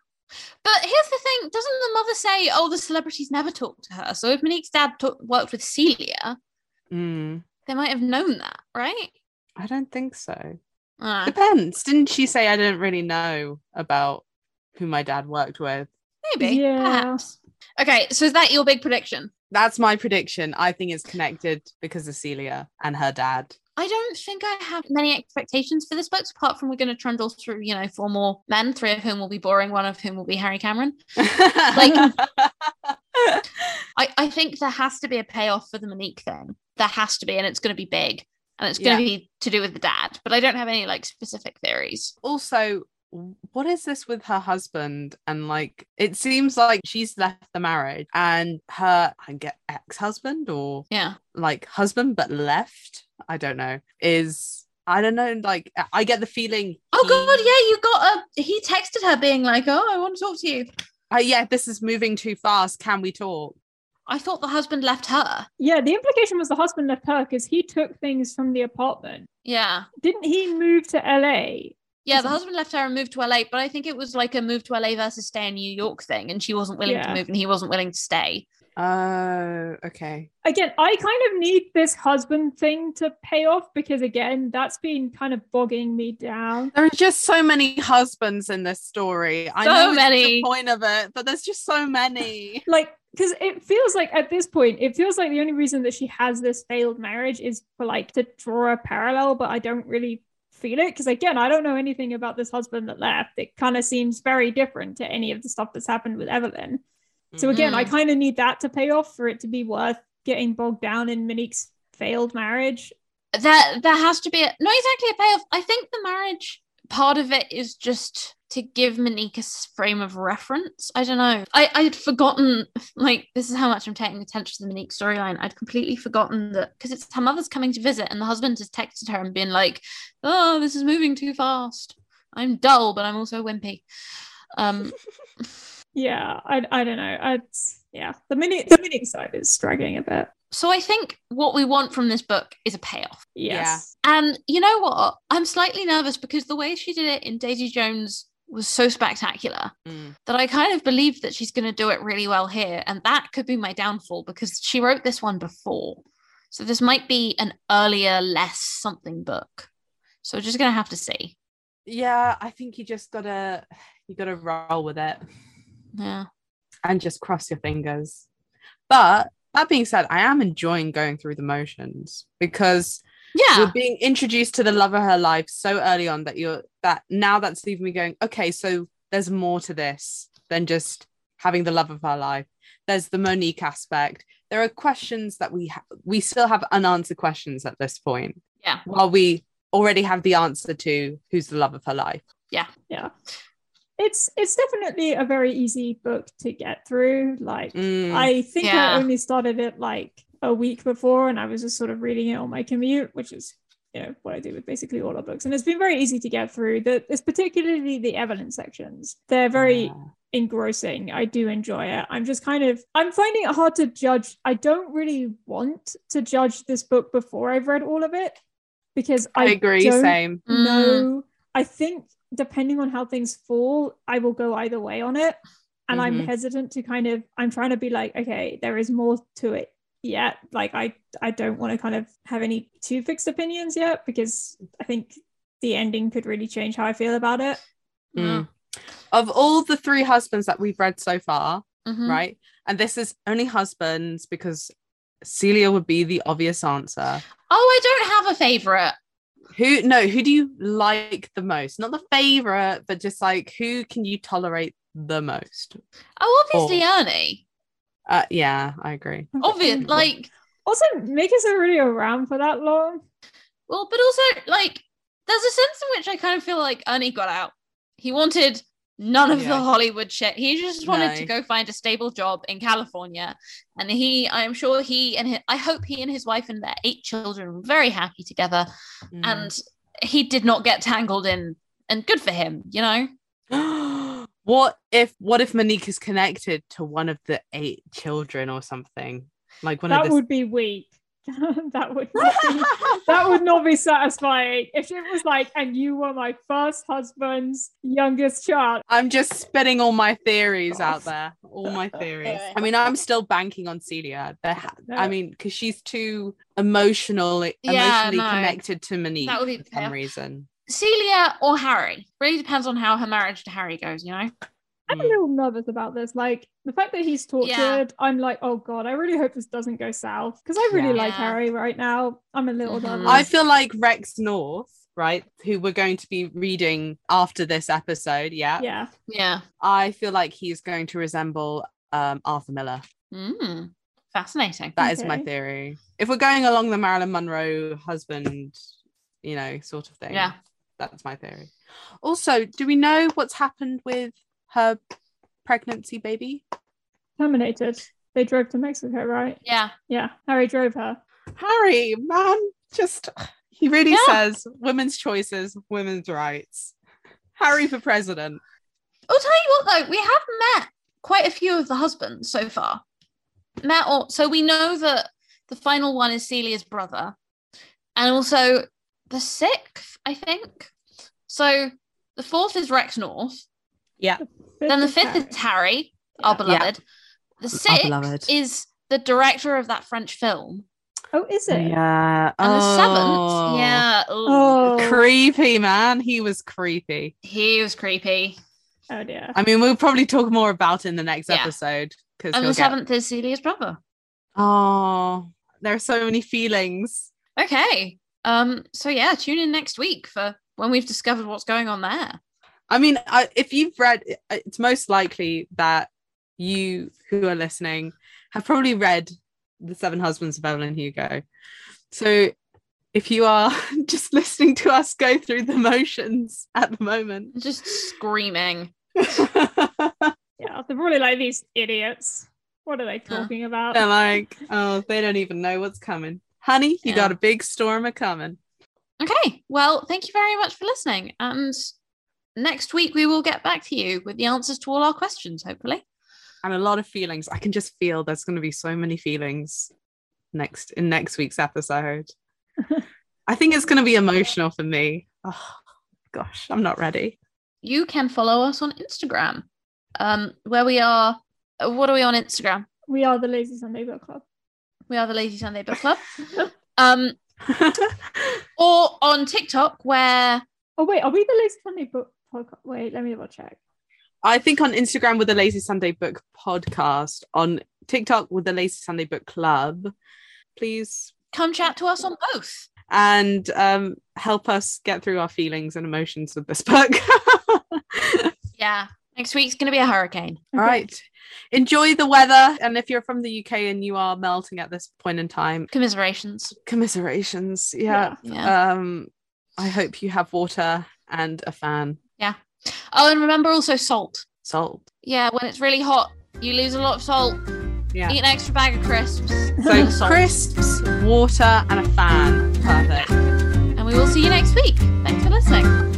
Speaker 1: But here's the thing: doesn't the mother say, "Oh, the celebrities never talk to her"? So if Monique's dad ta- worked with Celia,
Speaker 2: Mm,
Speaker 1: they might have known that, right?
Speaker 2: I don't think so.
Speaker 1: Ah.
Speaker 2: Depends. Didn't she say I don't really know about who my dad worked with?
Speaker 1: Maybe.
Speaker 3: Yeah.
Speaker 1: Perhaps. Okay, so is that your big prediction?
Speaker 2: That's my prediction. I think it's connected because of Celia and her dad.
Speaker 1: I don't think I have many expectations for this book, apart from we're going to trundle through, you know, four more men, three of whom will be boring, one of whom will be Harry Cameron.
Speaker 2: like
Speaker 1: I, I think there has to be a payoff for the Monique thing. There has to be, and it's going to be big, and it's going to be to do with the dad. But I don't have any like specific theories.
Speaker 2: also what is this with her husband and like it seems like she's left the marriage and her i get ex-husband or
Speaker 1: Yeah,
Speaker 2: like husband but left i don't know is i don't know like I- i get the feeling
Speaker 1: Oh
Speaker 2: he-
Speaker 1: god, yeah, you got a. He texted her being like, "Oh, I want to talk to you."
Speaker 2: Uh, yeah this is moving too fast can we talk
Speaker 1: I thought the husband left her.
Speaker 3: Yeah, the implication was the husband left her because he took things from the apartment.
Speaker 1: Yeah,
Speaker 3: Didn't he move to LA?
Speaker 1: yeah. The
Speaker 3: Isn't-
Speaker 1: husband left her and moved to LA, but I think it was like a move to LA versus stay in New York thing, and she wasn't willing
Speaker 3: Yeah.
Speaker 1: to move, and he wasn't willing to stay.
Speaker 2: oh okay
Speaker 3: Again, I kind of need this husband thing to pay off because again, that's been kind of bogging me down.
Speaker 2: there are just so many husbands in this story i
Speaker 1: So
Speaker 2: know it's
Speaker 1: many.
Speaker 2: the point of it but there's just so many
Speaker 3: Like, because it feels like at this point, it feels like the only reason that she has this failed marriage is for like to draw a parallel, but I don't really feel it because again, I don't know anything about this husband that left. It kind of seems very different to any of the stuff that's happened with Evelyn. So again, I kind of need that to pay off for it to be worth getting bogged down in Monique's failed marriage.
Speaker 1: there there has to be a, not exactly a payoff. I think the marriage part of it is just to give Monique a s- frame of reference. I don't know. I I'd forgotten like this is how much I'm taking attention to the Monique storyline. I'd completely forgotten that because it's her mother's coming to visit and the husband has texted her and been like, "Oh, this is moving too fast. I'm dull, but I'm also wimpy." Um,
Speaker 3: Yeah, I, I don't know. I yeah, the mini the mini side is struggling a bit.
Speaker 1: so I think what we want from this book is a payoff.
Speaker 3: Yes.
Speaker 1: And you know what? I'm slightly nervous because the way she did it in Daisy Jones was so spectacular
Speaker 2: Mm.
Speaker 1: that I kind of believe that she's going to do it really well here. And that could be my downfall because she wrote this one before. So this might be an earlier, less something book. So we're just going to have to see.
Speaker 2: yeah i think you just gotta you gotta roll with it
Speaker 1: Yeah.
Speaker 2: and just cross your fingers but that being said i am enjoying going through the motions because
Speaker 1: Yeah.
Speaker 2: you're being introduced to the love of her life so early on that you're that now that's leaving me going okay so there's more to this than just having the love of her life there's the monique aspect there are questions that we ha- we still have unanswered questions at this point
Speaker 1: Yeah.
Speaker 2: while we already have the answer to who's the love of her life
Speaker 3: It's it's definitely a very easy book to get through. Like
Speaker 2: Mm.
Speaker 3: I think
Speaker 1: Yeah.
Speaker 3: I only started it like a week before and I was just sort of reading it on my commute, which is you know what I do with basically all our books. And it's been very easy to get through. The it's particularly the Evelyn sections. They're very
Speaker 2: Yeah.
Speaker 3: engrossing. I do enjoy it. I'm just kind of I'm finding it hard to judge. I don't really want to judge this book before I've read all of it because I,
Speaker 2: I agree.
Speaker 3: don't
Speaker 2: Same.
Speaker 1: Mm.
Speaker 3: know. I think depending on how things fall, I will go either way on it. And I'm
Speaker 2: Mhm.
Speaker 1: Mm-hmm.
Speaker 3: hesitant to kind of I'm trying to be like, okay, there is more to it yet. Like I I don't want to kind of have any too fixed opinions yet because I think the ending could really change how I feel about it.
Speaker 1: Yeah.
Speaker 2: Of all the three husbands that we've read so far,
Speaker 1: Mhm.
Speaker 2: right? And this is only husbands because Celia would be the obvious answer.
Speaker 1: Oh, I don't have a favorite.
Speaker 2: Who no, who do you like the most? Not the favorite, but just like who can you tolerate the most?
Speaker 1: Oh, obviously Ernie.
Speaker 2: Uh yeah, I agree.
Speaker 1: Obvious, like
Speaker 3: Also, Mika's not really around for that long.
Speaker 1: well, but also like there's a sense in which I kind of feel like Ernie got out. He wanted none of the
Speaker 2: Yeah.
Speaker 1: Hollywood shit. He just wanted to
Speaker 2: No.
Speaker 1: go find a stable job in California, and he, I'm sure he and hi I hope he and his wife and their eight children were very happy together.
Speaker 2: Mm.
Speaker 1: and he did not get tangled in and good for him you know
Speaker 2: what if what if Monique is connected to one of the eight children or something? Like one of
Speaker 3: That
Speaker 2: the
Speaker 3: would be weak. that would not be, that would not be satisfying if it was like, and you were my first husband's youngest child.
Speaker 2: I'm just spitting all my theories out there. All my theories. I mean, I'm still banking on Celia. There ha- I mean, because she's too emotional,
Speaker 1: Yeah,
Speaker 2: emotionally
Speaker 1: no.
Speaker 2: connected to Monique
Speaker 1: That would be
Speaker 2: for some
Speaker 1: fair.
Speaker 2: reason.
Speaker 1: celia or harry really depends on how her marriage to harry goes you know
Speaker 3: I'm a
Speaker 1: Mm.
Speaker 3: little nervous about this. Like the fact that he's tortured, I'm like, oh god, I really hope this doesn't go south because I really
Speaker 2: Yeah.
Speaker 3: like
Speaker 1: Yeah.
Speaker 3: Harry right now. I'm a little
Speaker 1: Mhm.
Speaker 3: nervous.
Speaker 2: I feel like Rex North, right, who we're going to be reading after this episode. Yeah,
Speaker 3: yeah,
Speaker 1: yeah
Speaker 2: I feel like he's going to resemble um, Arthur Miller.
Speaker 1: mm. fascinating
Speaker 2: That is my
Speaker 3: Okay.
Speaker 2: theory. If we're going along the Marilyn Monroe husband, you know, sort of thing.
Speaker 1: Yeah.
Speaker 2: That's my theory. Also, do we know what's happened with her pregnancy baby?
Speaker 3: terminated. They drove to Mexico, right?
Speaker 1: yeah
Speaker 3: Yeah, Harry drove her.
Speaker 2: Harry, man, just he really
Speaker 1: Yeah.
Speaker 2: says women's choices, women's rights. Harry for president.
Speaker 1: i'll tell you what though we have met quite a few of the husbands so far met or so we know that the final one is celia's brother and also the sixth i think so the fourth is rex north
Speaker 2: Yeah.
Speaker 1: then the
Speaker 3: is
Speaker 1: fifth
Speaker 3: Harry.
Speaker 1: is harry our
Speaker 3: Yeah.
Speaker 1: beloved the sixth
Speaker 2: beloved.
Speaker 1: is the director of that french film
Speaker 3: Oh, is it?
Speaker 2: Yeah.
Speaker 1: and the
Speaker 2: Oh.
Speaker 1: seventh yeah ooh,
Speaker 3: Oh,
Speaker 2: Creepy, man. He was creepy.
Speaker 1: he was creepy
Speaker 3: oh dear.
Speaker 2: I mean, we'll probably talk more about it in the next
Speaker 1: Yeah.
Speaker 2: episode because
Speaker 1: and the seventh is celia's brother
Speaker 2: Oh, there are so many feelings.
Speaker 1: okay um so yeah tune in next week for when we've discovered what's going on there
Speaker 2: I mean, I, if you've read, uh, it's most likely that you who are listening have probably read The Seven Husbands of Evelyn Hugo. So if you are just listening to us go through the motions at the moment,
Speaker 1: just screaming
Speaker 2: they're
Speaker 3: Yeah, they're probably like these idiots. What are they talking about?
Speaker 2: like, oh, they don't even know what's coming. Honey, you
Speaker 1: Yeah.
Speaker 2: got a big storm a coming.
Speaker 1: okay well thank you very much for listening and next week we will get back to you with the answers to all our questions hopefully
Speaker 2: and a lot of feelings. I can just feel there's going to be so many feelings next in next week's episode. I think it's going to be emotional for me. Oh gosh, I'm not ready.
Speaker 1: you can follow us on instagram um where we are uh, what are we on instagram
Speaker 3: We are the Lazy Sunday Book Club.
Speaker 1: we are the lazy sunday book club um or on tiktok where
Speaker 3: Oh wait, are we the Lazy Sunday Book Club? Wait, let me double check.
Speaker 2: I think on Instagram with the Lazy Sunday Book podcast, on TikTok with the Lazy Sunday Book Club, please
Speaker 1: come chat to us on both
Speaker 2: and um, help us get through our feelings and emotions with this book.
Speaker 1: yeah next week's gonna be a hurricane
Speaker 2: All right. Enjoy the weather. And if you're from the UK and you are melting at this point in time,
Speaker 1: commiserations
Speaker 2: commiserations. Yeah.
Speaker 1: yeah
Speaker 2: Um, I hope you have water and a fan.
Speaker 1: oh and remember also salt
Speaker 2: Salt.
Speaker 1: yeah when it's really hot you lose a lot of salt
Speaker 2: Yeah.
Speaker 1: eat an extra bag of crisps
Speaker 2: So
Speaker 1: and salt.
Speaker 2: crisps, water, and a fan. Perfect.
Speaker 1: and we will see you next week thanks for listening